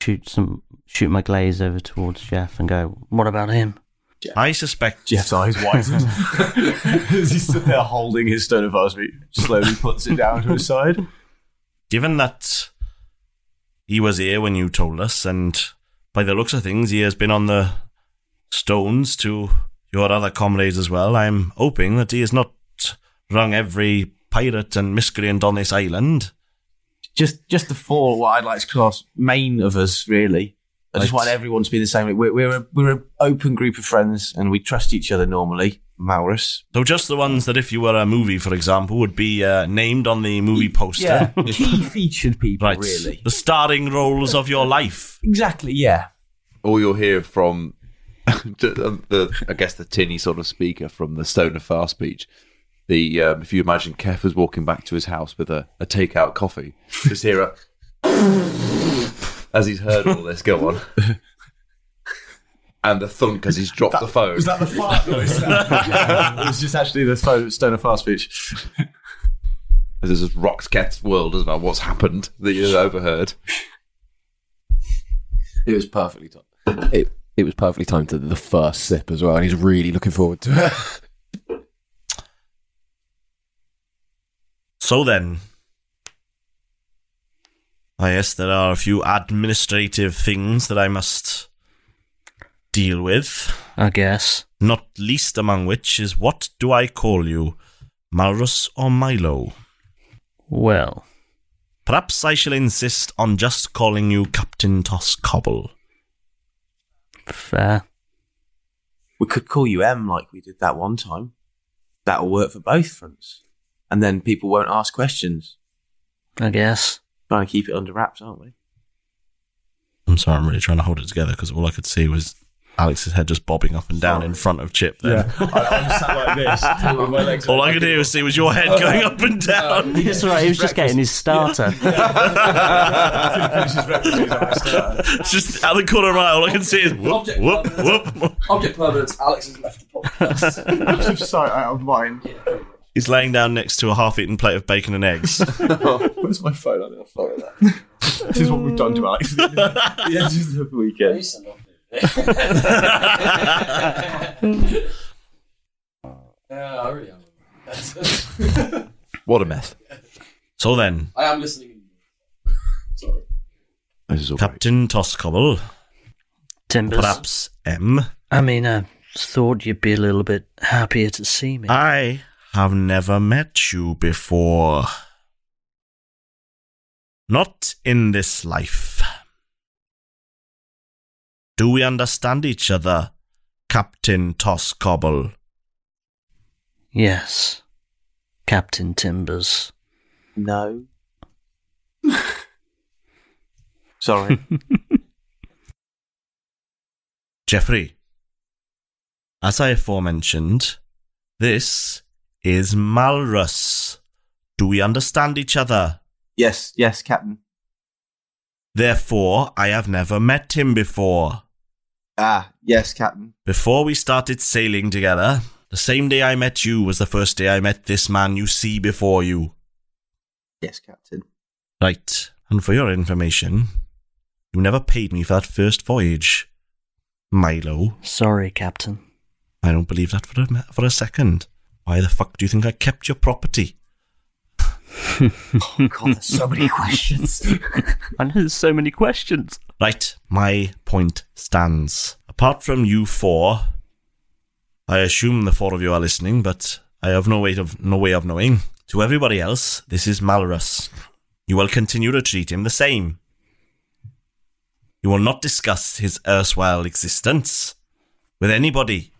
F: shoot some shoot my glaze over towards Jeff and go, What about him?
C: I suspect
L: Jeff's eyes widen as he stood there holding his stone of Osby. Slowly puts it down to his side.
C: Given that he was here when you told us, and by the looks of things, he has been on the stones to your other comrades as well, I'm hoping that he has not wrung every pirate and miscreant on this island.
J: Just just the four, what I'd like to cross, main of us, really. I just
C: Right.
J: want everyone to be the same. Like, We're, we're, a, we're an open group of friends and we trust each other normally. Maurus.
C: So just the ones that, if you were a movie, for example, would be uh, named on the movie poster.
J: yeah, key featured people,
C: right.
J: really.
C: The starring roles of your life.
J: Exactly, yeah.
H: All you'll hear from, the, the- I guess, the tinny sort of speaker from the Stone of Far speech. The um, if you imagine Kef was walking back to his house with a, a takeout coffee, just hear a as he's heard all this go on, and the thunk as he's dropped the phone.
L: Was that the fart noise? it was just actually the phone, stone of far speech.
H: As this just rocked Kef's world, doesn't it? What's happened that you overheard?
I: It was perfectly timed. It, it was perfectly timed to the first sip as well, and he's really looking forward to it.
C: So then, I guess there are a few administrative things that I must deal with.
F: I guess.
C: Not least among which is what do I call you, Malrus or Milo?
F: Well,
C: perhaps I shall insist on just calling you Captain Toss Cobble.
F: Fair.
J: We could call you M like we did that one time. That'll work for both fronts. And then people won't ask questions.
F: I guess.
J: Trying to keep it under wraps, aren't we?
C: I'm sorry, I'm really trying to hold it together because all I could see was Alex's head just bobbing up and down in front of Chip. Then. all I could hear was see was your head going up and down.
F: That's right, he was just getting his starter.
C: It's just out of the corner of my eye, all I can see is whoop, whoop, whop.
I: Object permanence, Alex has left the
L: Out of sight, out of mind.
C: He's laying down next to a half-eaten plate of bacon and eggs.
L: Where's my phone? I don't know. that. This is what we've done to Alex. yeah, just the weekend.
I: Yeah, I really am.
H: What a mess.
C: So then,
I: I am listening. Sorry.
C: Captain Toscobble,
F: Timbers.
C: perhaps M.
F: I mean, I thought you'd be a little bit happier to see me.
C: I have never met you before. Not in this life. Do we understand each other, Captain Toscobble?
F: Yes. Captain Timbers.
J: No. Sorry.
C: Geoffrey, as I aforementioned, this is Malrus. Do we understand each other?
J: Yes, yes, Captain.
C: Therefore, I have never met him before.
J: Ah, yes, Captain.
C: Before we started sailing together, the same day I met you was the first day I met this man you see before you.
J: Yes, Captain.
C: Right. And for your information, You never paid me for that first voyage, Milo.
F: Sorry, Captain.
C: I don't believe that for a, ma- for a second. Why the fuck do you think I kept your property?
F: oh, God, there's so many questions. I know there's so many questions.
C: Right, my point stands. Apart from you four, I assume the four of you are listening, but I have no way of no way of knowing. To everybody else, this is Malorus. You will continue to treat him the same. You will not discuss his erstwhile existence with anybody.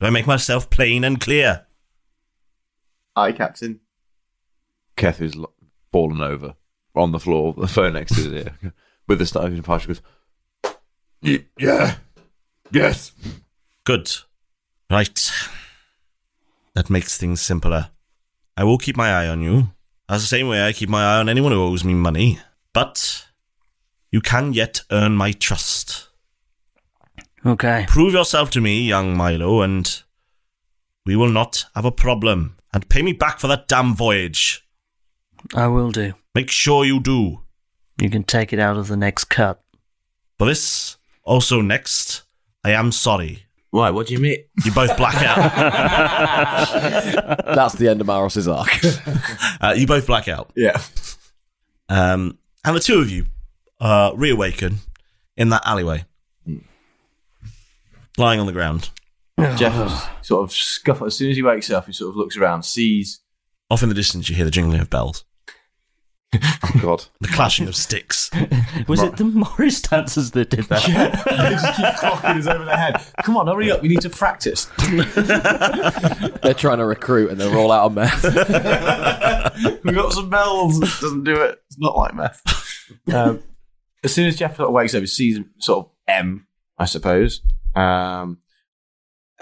C: Do I make myself plain and clear?
G: Aye, Captain.
H: Keth is lo- fallen over on the floor, the phone next to his ear, with a starving patch. Goes, "Y- yeah, yes.
C: Good. Right. That makes things simpler. I will keep my eye on you, as the same way I keep my eye on anyone who owes me money. But you can yet earn my trust.
F: Okay.
C: Prove yourself to me, young Milo, and we will not have a problem. And pay me back for that damn voyage.
F: I will do.
C: Make sure you do.
F: You can take it out of the next cut.
C: For this, also next, I am sorry.
J: Why? What do you mean?
C: You both black out.
I: That's the end of Maros's arc.
C: uh, you both black out.
J: Yeah.
C: Um, and the two of you uh, reawaken in that alleyway,
J: Hmm.
C: lying on the ground.
J: Jeff was sort of scuffle. As soon as he wakes up, he sort of looks around, sees.
C: Off in the distance, you hear the jingling of bells.
H: Oh God!
C: The clashing of sticks.
F: Was it the Morris dancers that did that?
L: they just keep clocking us over their head. Come on, hurry up. We need to practice.
I: they're trying to recruit and they're all out on meth.
L: We've got some bells. Doesn't do it. It's not like meth.
J: Um, as soon as Jeff sort of wakes up, he sees sort of M, I suppose. Um,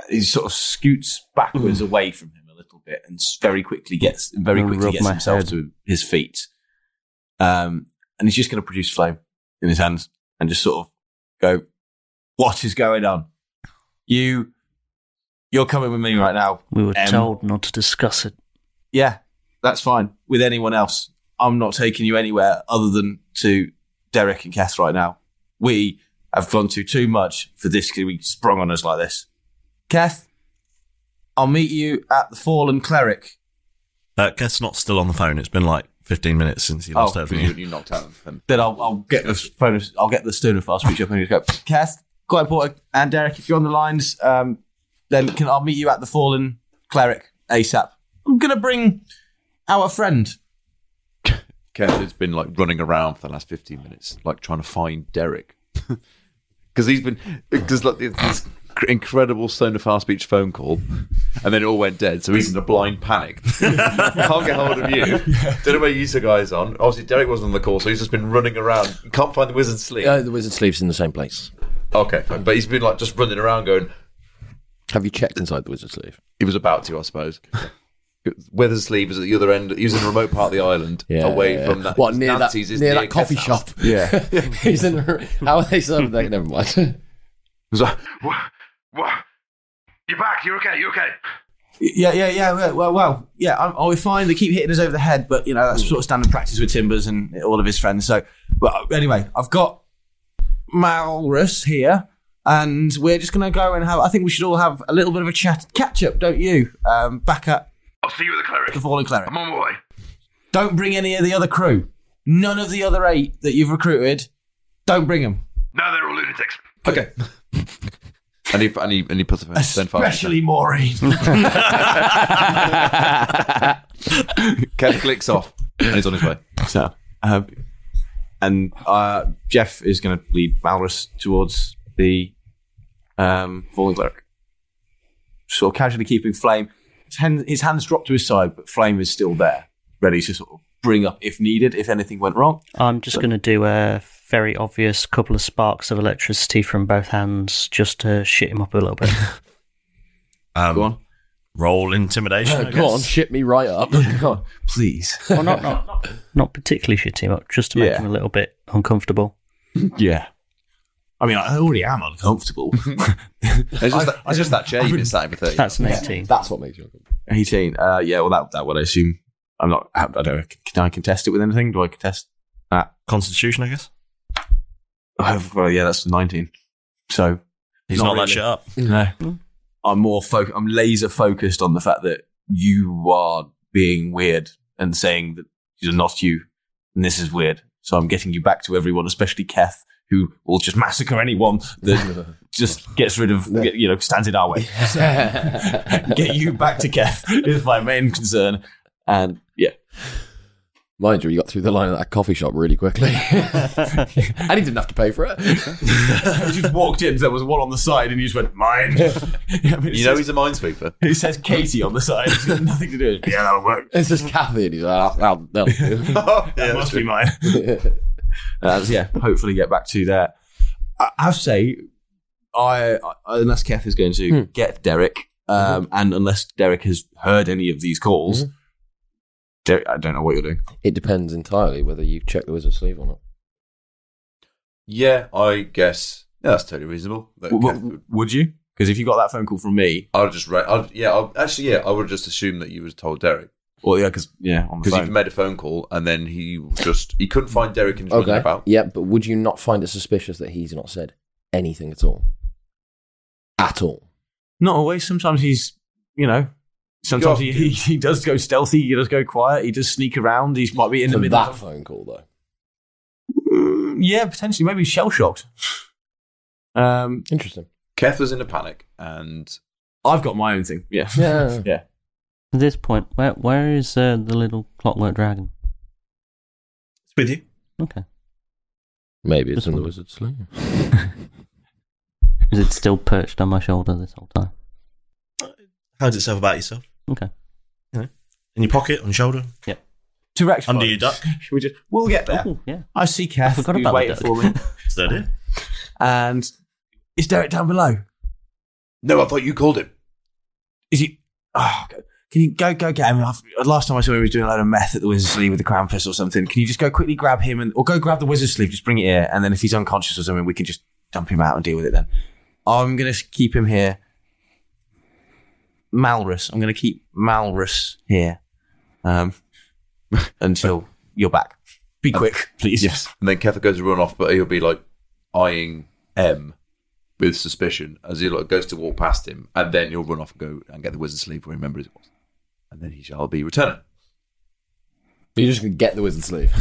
J: he sort of scoots backwards away from him a little bit, and s- very quickly gets very
F: I'll
J: quickly
F: Hmm. rub
J: gets
F: my
J: himself
F: head.
J: to his feet. Um, and he's just going to produce flame in his hands and just sort of go, "What is going on? You, you're coming with me right now."
F: We were
J: M.
F: told not to discuss it.
J: Yeah, that's fine. With anyone else, I'm not taking you anywhere other than to Derek and Kath right now. We have gone through too much for this to be sprung on us like this. Kath, I'll meet you at the Fallen Cleric.
C: Uh, Keth's not still on the phone. It's been like 15 minutes since he
J: Oh,
C: last heard from you.
H: knocked out.
J: Then I'll, I'll get the phone. I'll get the Stoner fast speech up and just go. Kath, quite important. And Derek, if you're on the lines, um, then can I'll meet you at the Fallen Cleric ASAP. I'm gonna bring our friend.
H: Keth has been like running around for the last fifteen minutes, like trying to find Derek, because he's been because like it's this incredible stone of fast speech phone call, and then it all went dead. So he's in a blind panic. Can't get hold of you. Don't know where you two guys on. Obviously, Derek wasn't on the call, so he's just been running around. Can't find the wizard's sleep.
I: Uh, the wizard sleeps in the same place.
H: Okay, fine. but he's been like just running around going.
I: Have you checked inside the wizard's sleeve?
H: He was about to, I suppose. Wizard's sleeve is at the other end. He was in a remote part of the island, away
I: yeah.
H: from that.
I: What, near that-
H: Nancy's is
I: near that coffee
H: Keth's house.
I: shop? He's in. The, how are they serving that? Never mind.
G: You're back. You're okay. You're okay.
J: Yeah, yeah, yeah. Well, well, well yeah. I'm, oh, we're fine. They keep hitting us over the head, but you know
G: Hmm.
J: that's sort of standard practice with Timbers and all of his friends. So, but anyway, I've got Malrus here, and we're just gonna go and have. I think we should all have a little bit of a chat, catch up, don't you? Um, back at
G: I'll see you at the cleric.
J: the Fallen Cleric.
G: I'm on my way.
J: Don't bring any of the other crew. None of the other eight that you've recruited. Don't bring them,
G: No, they're all lunatics.
H: Okay. and he and he and he puts a stone fast.
J: especially Maureen.
H: Kev clicks off and he's on his way.
J: So, um, and uh, Jeff is going to lead Malrus towards the um, falling cleric, sort of casually keeping Flame. His, hand, his hands drop to his side, but Flame is still there, ready to sort of bring up if needed, if anything went wrong.
F: I'm just going to do a very obvious couple of sparks of electricity from both hands just to shit him up a little bit.
C: Um,
J: go on. Uh,
C: Roll intimidation. I
I: Uh, Go on,
C: guess.
I: shit me right up. Go on.
J: Please.
F: well, not, not, not particularly shit him up, just to make
J: Yeah.
F: him a little bit uncomfortable.
J: Yeah. I mean, I already am uncomfortable.
H: It's just, that, it's just that chair you've been sat in for 30
F: That's an
H: minutes.
F: 18.
I: That's what makes you.
J: 18. Uh, yeah, well, that, that would, I assume. I'm not, I don't know. Can I contest it with anything? Do I contest that? Uh,
C: Constitution, I guess.
J: well, yeah, that's 19. So
C: He's not that shit up.
J: No. I'm more focused. I'm laser focused on the fact that you are being weird and saying that these are not you, and this is weird. So I'm getting you back to everyone, especially Keth, who will just massacre anyone that just gets rid of, you know, stands in our way. Get you back to Keth is my main concern. And yeah.
I: Mind you, you got through the line at that coffee shop really quickly. and he didn't have to pay for it.
J: you just walked in, there was one on the side, and you just went, mine.
H: you know he's a minesweeper.
J: It says Katie on the side. It's got nothing to do with Yeah, that'll work.
I: It's just Kathy, and he's like, "Oh, that'll, that'll do."
J: that must be mine. Uh, so yeah, hopefully get back to that. I, I have to say, I, I unless Keth is going
I: Hmm.
J: to get Derek,
I: Mm-hmm.
J: um, and unless Derek has heard any of these calls, Derek, I don't know what you're doing.
I: It depends entirely whether you check the wizard's sleeve or not.
H: Yeah, I guess. Yeah, that's totally reasonable. That
J: W-
H: Keth
J: w- would you? Because if you got that phone call from me,
H: I'd just ra- I'd, yeah, I'd, actually, yeah, I would just assume that you was told Derek.
J: Well, yeah, because yeah, on the
H: because he
J: phone.
H: made a phone call and then he just he couldn't find Derek and just
I: Okay.
H: okay. about.
I: Yeah, but would you not find it suspicious that he's not said anything at all? At all.
J: not always. Sometimes he's, you know, sometimes he, he, he does go stealthy. He does go quiet. He does sneak around. He might be in
I: For
J: the middle.
I: that
J: of-
I: phone call, though.
J: Mm, yeah, potentially, maybe shell shocked. Um,
I: Interesting.
H: Keth was in a panic, and
J: I've got my own thing. Yeah,
I: yeah,
J: yeah.
F: At this point, where where is uh, the little clockwork dragon?
C: It's with you.
F: Okay.
I: Maybe
F: it's in the
I: wizard's sleeve.
F: Is it still perched on my shoulder this whole time?
C: How's itself about yourself?
F: Okay.
C: You know, in your pocket, on your shoulder.
F: Yeah.
J: To rectify
C: Under your duck.
J: this, Should we just? We'll get there.
F: Ooh, yeah.
J: I see Kath.
F: I forgot
J: who's
F: about the
J: waiting
F: duck.
J: for me.
C: Is that it?
J: And is Derek down below?
H: No, I thought you called him.
J: Is he? Oh, go- can you go go get him? I've, last time I saw him, he was doing a load of meth at the Wizard's Sleeve with the Krampus or something. Can you just go quickly grab him and or go grab the Wizard's Sleeve? Just bring it here, and then if he's unconscious or something, we can just dump him out and deal with it. Then I'm gonna s- keep him here. Malrus, I'm gonna keep Malrus here um, until you're back. Be quick, please. Yes.
H: And then Keth goes to run off, but he'll be like eyeing M with suspicion as he like goes to walk past him, and then he'll run off and go and get the wizard's sleeve where he remembers it was, and then he shall be returning.
I: You're just going to get the wizard's sleeve.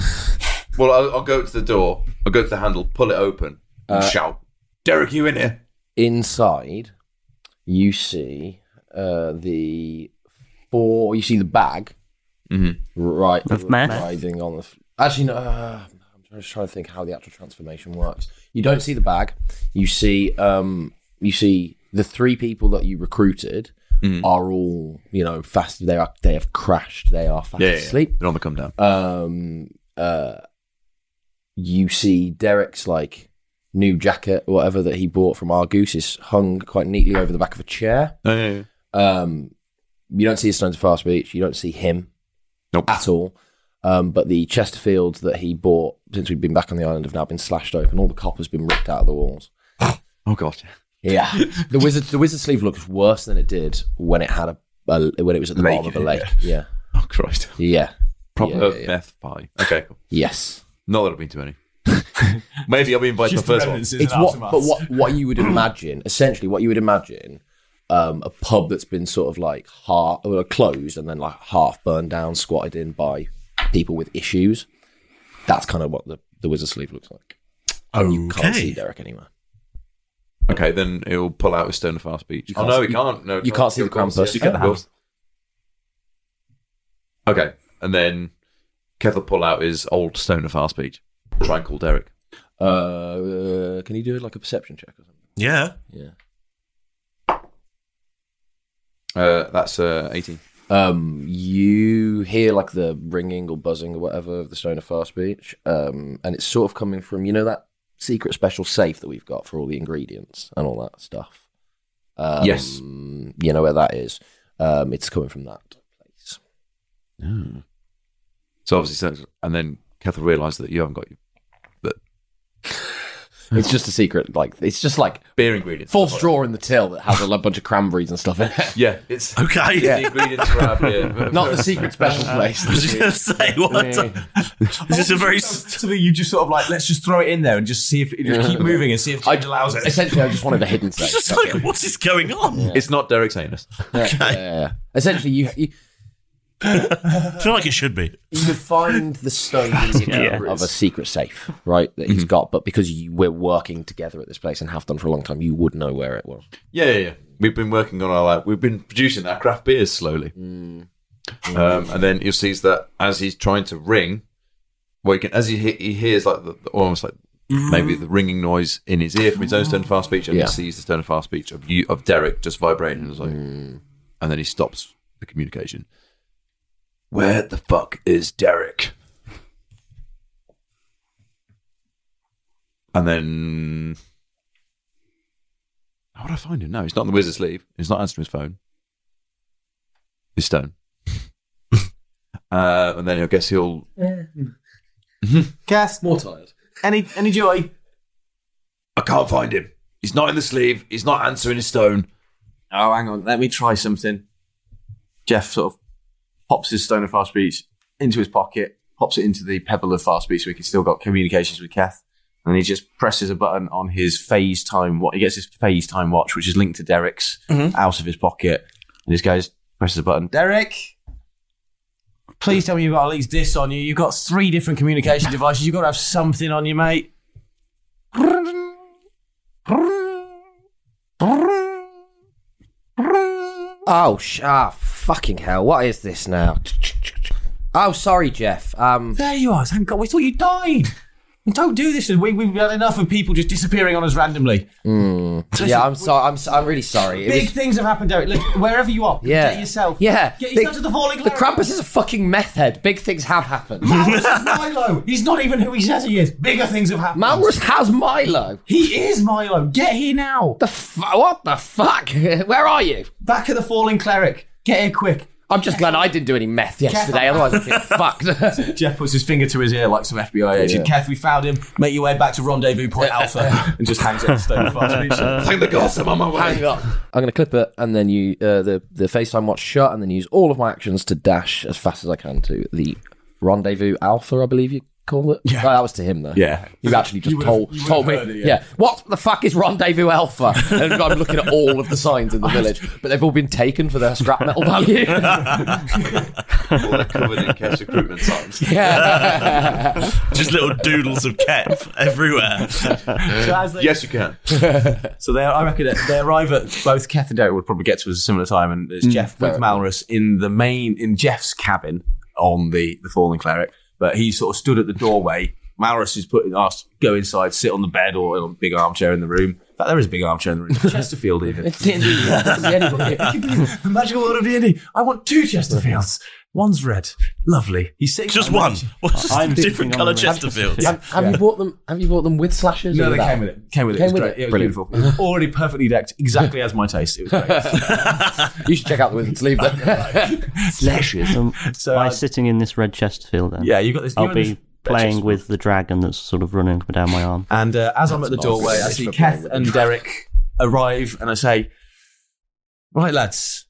H: Well, I'll, I'll go to the door. I'll go to the handle, pull it open, and
I: Uh,
H: shout, "Derek, you in here?"
I: Inside, you see uh, the four. You see the bag,
H: Mhm.
J: Mm-hmm.
I: right?
F: Of meth?
I: riding on the. f- Actually, no. Uh, I'm just trying to think how the actual transformation works. You don't see the bag. You see, um, you see the three people that you recruited
H: Mm.
I: are all you know fast. They are. They have crashed. They are fast
H: Yeah, yeah, yeah.
I: asleep.
H: They're on the come down.
I: Um, uh, you see Derek's like new jacket, whatever that he bought from Argus, is hung quite neatly over the back of a chair.
H: Oh, yeah, yeah.
I: Um, you don't see his stones of fast speech. You don't see him at all. Um, but the Chesterfields that he bought since we've been back on the island have now been slashed open. All the copper's been ripped out of the walls.
H: Oh god.
I: Yeah, the wizard the wizard sleeve looks worse than it did when it had a, a when it was at the
H: Lake,
I: bottom of a lake.
H: yeah.
I: Yeah.
H: Oh Christ.
I: Yeah.
H: Proper
I: Yeah, yeah, yeah.
H: meth pie. Okay. Cool.
I: Yes.
H: Not that I've been too many. Maybe I'll be invited to the
I: Just
H: first
I: the
H: one.
I: It's what, but what what you would imagine, essentially, what you would imagine, um, a pub that's been sort of like half well, closed and then like half burned down, squatted in by people with issues. That's kind of what the the wizard sleeve looks like. Oh, you can't
H: Okay.
I: see Derek anywhere.
H: Okay, then he'll pull out his stone of fast speech.
I: You
H: Oh
I: can't
H: no,
I: see-
H: he can't. No,
I: you can't see the Krampus.
H: You can
I: You can't.
H: Okay, and then Kev will pull out his old stone of fast speech. Try and call Derek.
I: Uh, uh, can you do like a perception check or something?
C: Yeah.
I: Yeah.
H: Uh, that's uh, eighteen.
I: Um, you hear like the ringing or buzzing or whatever of the stone of fast speech, um, and it's sort of coming from you know that secret special safe that we've got for all the ingredients and all that stuff. Um,
H: Yes.
I: you know where that is. Um, it's coming from that. Hmm.
H: So obviously, so- and then Kev will realise that you haven't got you. But
I: It's just a secret. Like it's just like
H: beer ingredients.
I: False drawer in the till that has a lo- bunch of cranberries and stuff in it.
H: Yeah, it's
C: Okay. Uh,
H: It's the ingredients for our beer.
I: Not the secret special place.
C: I was just going to say, what?
J: This is a very something you just sort of like. Let's just throw it in there and just see if just keep moving and see if it allows it.
I: Essentially, I just wanted a hidden
J: It's
I: sex.
J: just
I: That's
J: like,
I: it.
C: What is going on?
H: It's not Derek's anus.
I: Yeah, yeah, yeah, yeah. Essentially, you, you
C: I feel like it should be.
I: you could find the stone
C: Yeah.
I: of a secret safe, right? That
H: Mm-hmm.
I: he's got, but because you, we're working together at this place and have done for a long time, you would know where it was.
H: Yeah, yeah, yeah. We've been working on our, we've been producing our craft beers slowly.
J: Mm.
H: Um, and then he sees that as he's trying to ring, well, he can, as he, he- he hears like the, the- almost like maybe the ringing noise in his ear from his own stone of fast speech, and
I: Yeah.
H: he sees the stone of fast speech of you of Derek just vibrating, and, he's like,
J: Mm.
H: and then he stops the communication. Where the fuck is Derek? And then how would I find him? No, he's not in the wizard's sleeve. He's not answering his phone. He's stone. uh, and then I guess he'll.
J: Cass,
I: more tired.
J: Any any joy?
H: I can't find him. He's not in the sleeve. He's not answering his stone.
J: Oh, hang on. Let me try something. Jeff sort of pops his stone of fast speech into his pocket, pops it into the pebble of fast speech, so he can still got communications with Keth. And he just presses a button on his phase time watch. He gets his phase time watch, which is linked to Derek's,
M: Mhm.
J: out of his pocket. And this guy presses a button. Derek, please tell me you've got at least this on you. You've got three different communication devices. You've got to have something on you, mate.
I: Oh, sh- ah, fucking hell! What is this now? Oh, sorry, Jeff. Um,
J: There you are. Thank God. We thought you died. Don't do this. We, we've had enough of people just disappearing on us randomly.
I: Hmm. yeah, I'm sorry. I'm, so- I'm really sorry. It
J: Big
I: was-
J: things have happened, Derek. Look, wherever you are,
I: Yeah.
J: get yourself.
I: Yeah.
J: Get
I: Big-
J: yourself to the falling
I: the Krampus is a fucking meth head. Big things have happened.
J: Malrus is Milo. He's not even who he says he is. Bigger things have happened.
I: Malrus has Milo.
J: He is Milo. Get here now.
I: The f- what the fuck? Where are you?
J: Back at the falling cleric. Get here quick.
I: I'm just glad I didn't do any meth yesterday. Otherwise, I'd been fucked.
J: Jeff puts his finger to his ear like some FBI agent. Kath, we found him. Make your way back to Rendezvous Point Alpha and just hangs up stone fast.
H: Thank the gods I'm on my way.
I: Hang on. I'm going to clip it, and then you uh, the the FaceTime watch shut, and then use all of my actions to dash as fast as I can to the rendezvous alpha. I believe you call it. Yeah, that was to him though.
J: Yeah.
I: you actually just
J: You would've-
I: told
J: you would've
I: told me.
J: heard it,
I: yeah.
J: yeah.
I: what the fuck is rendezvous alpha? And I'm looking at all of the signs in the village, but they've all been taken for their scrap metal value.
H: All covered in cash recruitment signs.
I: Yeah.
C: Just little doodles of Kef everywhere.
H: yes, you can.
J: So they, I reckon that they arrive at both Keth and Derek would probably get to us a similar time, and it's
M: Mm,
J: Jeff with
M: fair.
J: Malrus in the main in Jeff's cabin on the the fallen cleric, but he sort of stood at the doorway. Malrus is putting asked go inside, sit on the bed or in a big armchair in the room. In fact, there is a big armchair in the room. Chesterfield even.
I: It's D&D. It could be anybody.
J: It could be the magical world of D&D. I want two Chesterfields. One's red. Lovely. He's sitting
C: Just
J: on the
C: one.
J: bench.
C: What's just I'm different thinking colour on the- Chesterfields?
I: Have, have you bought them? Have you bought them with slashes?
J: No,
I: or
J: they
I: without?
J: came with it. Came with it.
I: Came
J: it was
I: with
J: great.
I: it?
J: It was
I: Brilliant.
J: beautiful. It was already perfectly decked, exactly as my taste. It was great.
I: you should check out the wizard's sleeve then.
J: Slashes.
D: Um,
J: So
D: by
J: I-
D: sitting in this red Chesterfield, then
J: Yeah, you've got this-
D: I'll
J: you're in
D: be
J: this red
D: playing
J: Chesterfield.
D: with the dragon that's sort of running down my arm.
J: And uh, as I'm at
D: That's
J: the
D: not
J: doorway,
D: good.
J: I
D: It's
J: see
D: for playing
J: Keth
D: with
J: and Derek arrive, and I say, "Right, lads,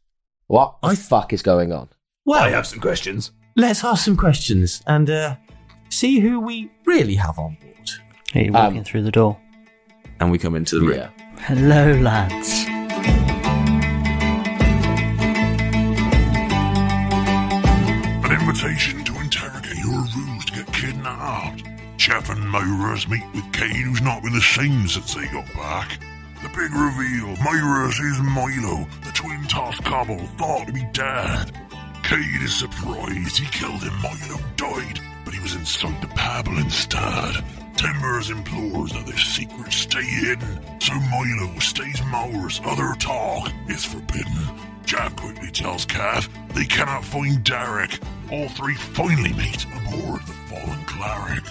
I: What the fuck is going on?
J: well,
H: I have some questions.
J: let's ask some questions and uh, see who we really have on board."
D: Are
I: Um,
D: you walking through the door?
J: And we come into the room.
D: Hello, lads.
N: An invitation to interrogate your ruse to get kidnapped. Jeff and Myra's meet with Kane, who's not been the same since they got back. The big reveal Myra's is Milo, the twin tossed cobble thought to be dead. Cade is surprised he killed him. Milo died, but he was inside the pebble instead. Timbers implores that their secrets stay hidden, so Milo stays Maurus. Other talk is forbidden. Jack quickly tells Cat they cannot find Derek. All three finally meet aboard the fallen cleric.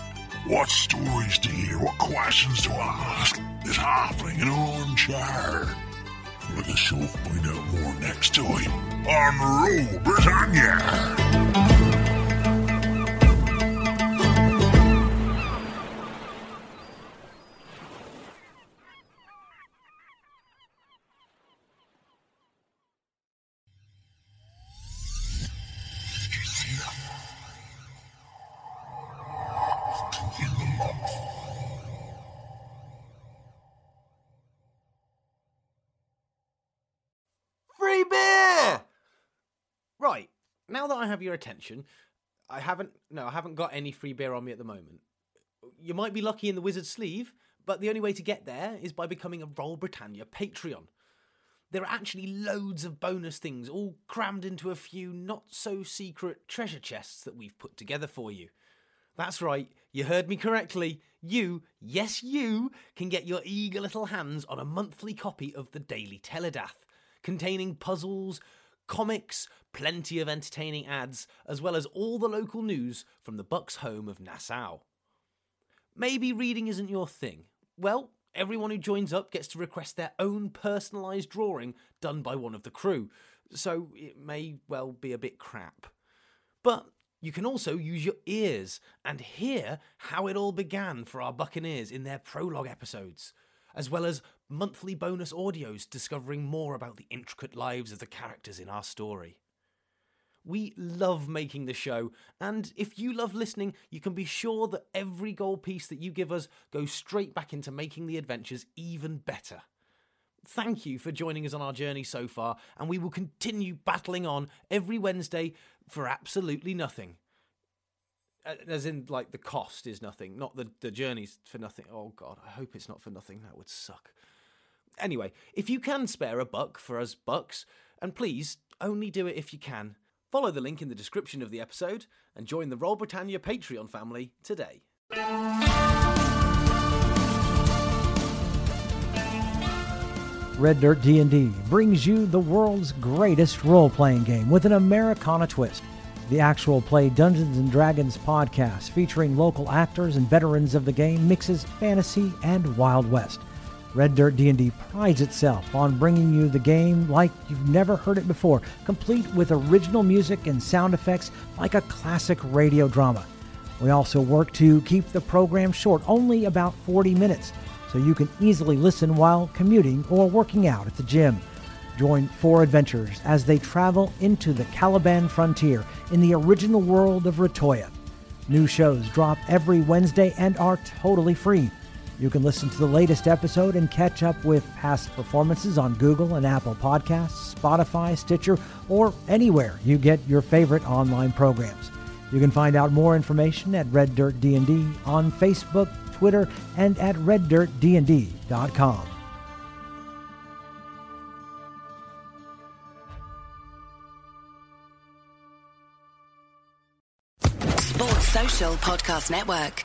N: What stories to hear, what questions to ask, this halfling in an armchair. I guess you'll find out more next time on Rule Britannia.
M: now that I have your attention, I haven't. No, I haven't got any free beer on me at the moment. You might be lucky in the wizard's sleeve, but the only way to get there is by becoming a Roll Britannia Patreon. There are actually loads of bonus things, all crammed into a few not so secret treasure chests that we've put together for you. That's right, you heard me correctly. You, yes, you, can get your eager little hands on a monthly copy of the Daily Teledath, containing puzzles, comics, plenty of entertaining ads, as well as all the local news from the Bucks home of Nassau. Maybe reading isn't your thing. Well, everyone who joins up gets to request their own personalised drawing done by one of the crew, so it may well be a bit crap. But you can also use your ears and hear how it all began for our Buccaneers in their prologue episodes, as well as monthly bonus audios discovering more about the intricate lives of the characters in our story. We love making the show, and if you love listening, you can be sure that every gold piece that you give us goes straight back into making the adventures even better. Thank you for joining us on our journey so far, and we will continue battling on every Wednesday for absolutely nothing. A- As in, like, the cost is nothing, not the, the journey's for nothing. Oh, God, I hope it's not for nothing. That would suck. Anyway, if you can spare a buck for us bucks, and please only do it if you can, follow the link in the description of the episode and join the Roll Britannia Patreon family today.
O: Red Dirt D&D brings you the world's greatest role-playing game with an Americana twist. The actual play Dungeons and Dragons podcast featuring local actors and veterans of the game mixes fantasy and Wild West. Red Dirt D&D prides itself on bringing you the game like you've never heard it before, complete with original music and sound effects like a classic radio drama. We also work to keep the program short, only about 40 minutes, so you can easily listen while commuting or working out at the gym. Join four adventurers as they travel into the Caliban frontier in the original world of Ratoya. New shows drop every Wednesday and are totally free. You can listen to the latest episode and catch up with past performances on Google and Apple Podcasts, Spotify, Stitcher, or anywhere you get your favorite online programs. You can find out more information at Red Dirt D&D on Facebook, Twitter, and at reddirtdnd.com.
A: Sports Social Podcast Network.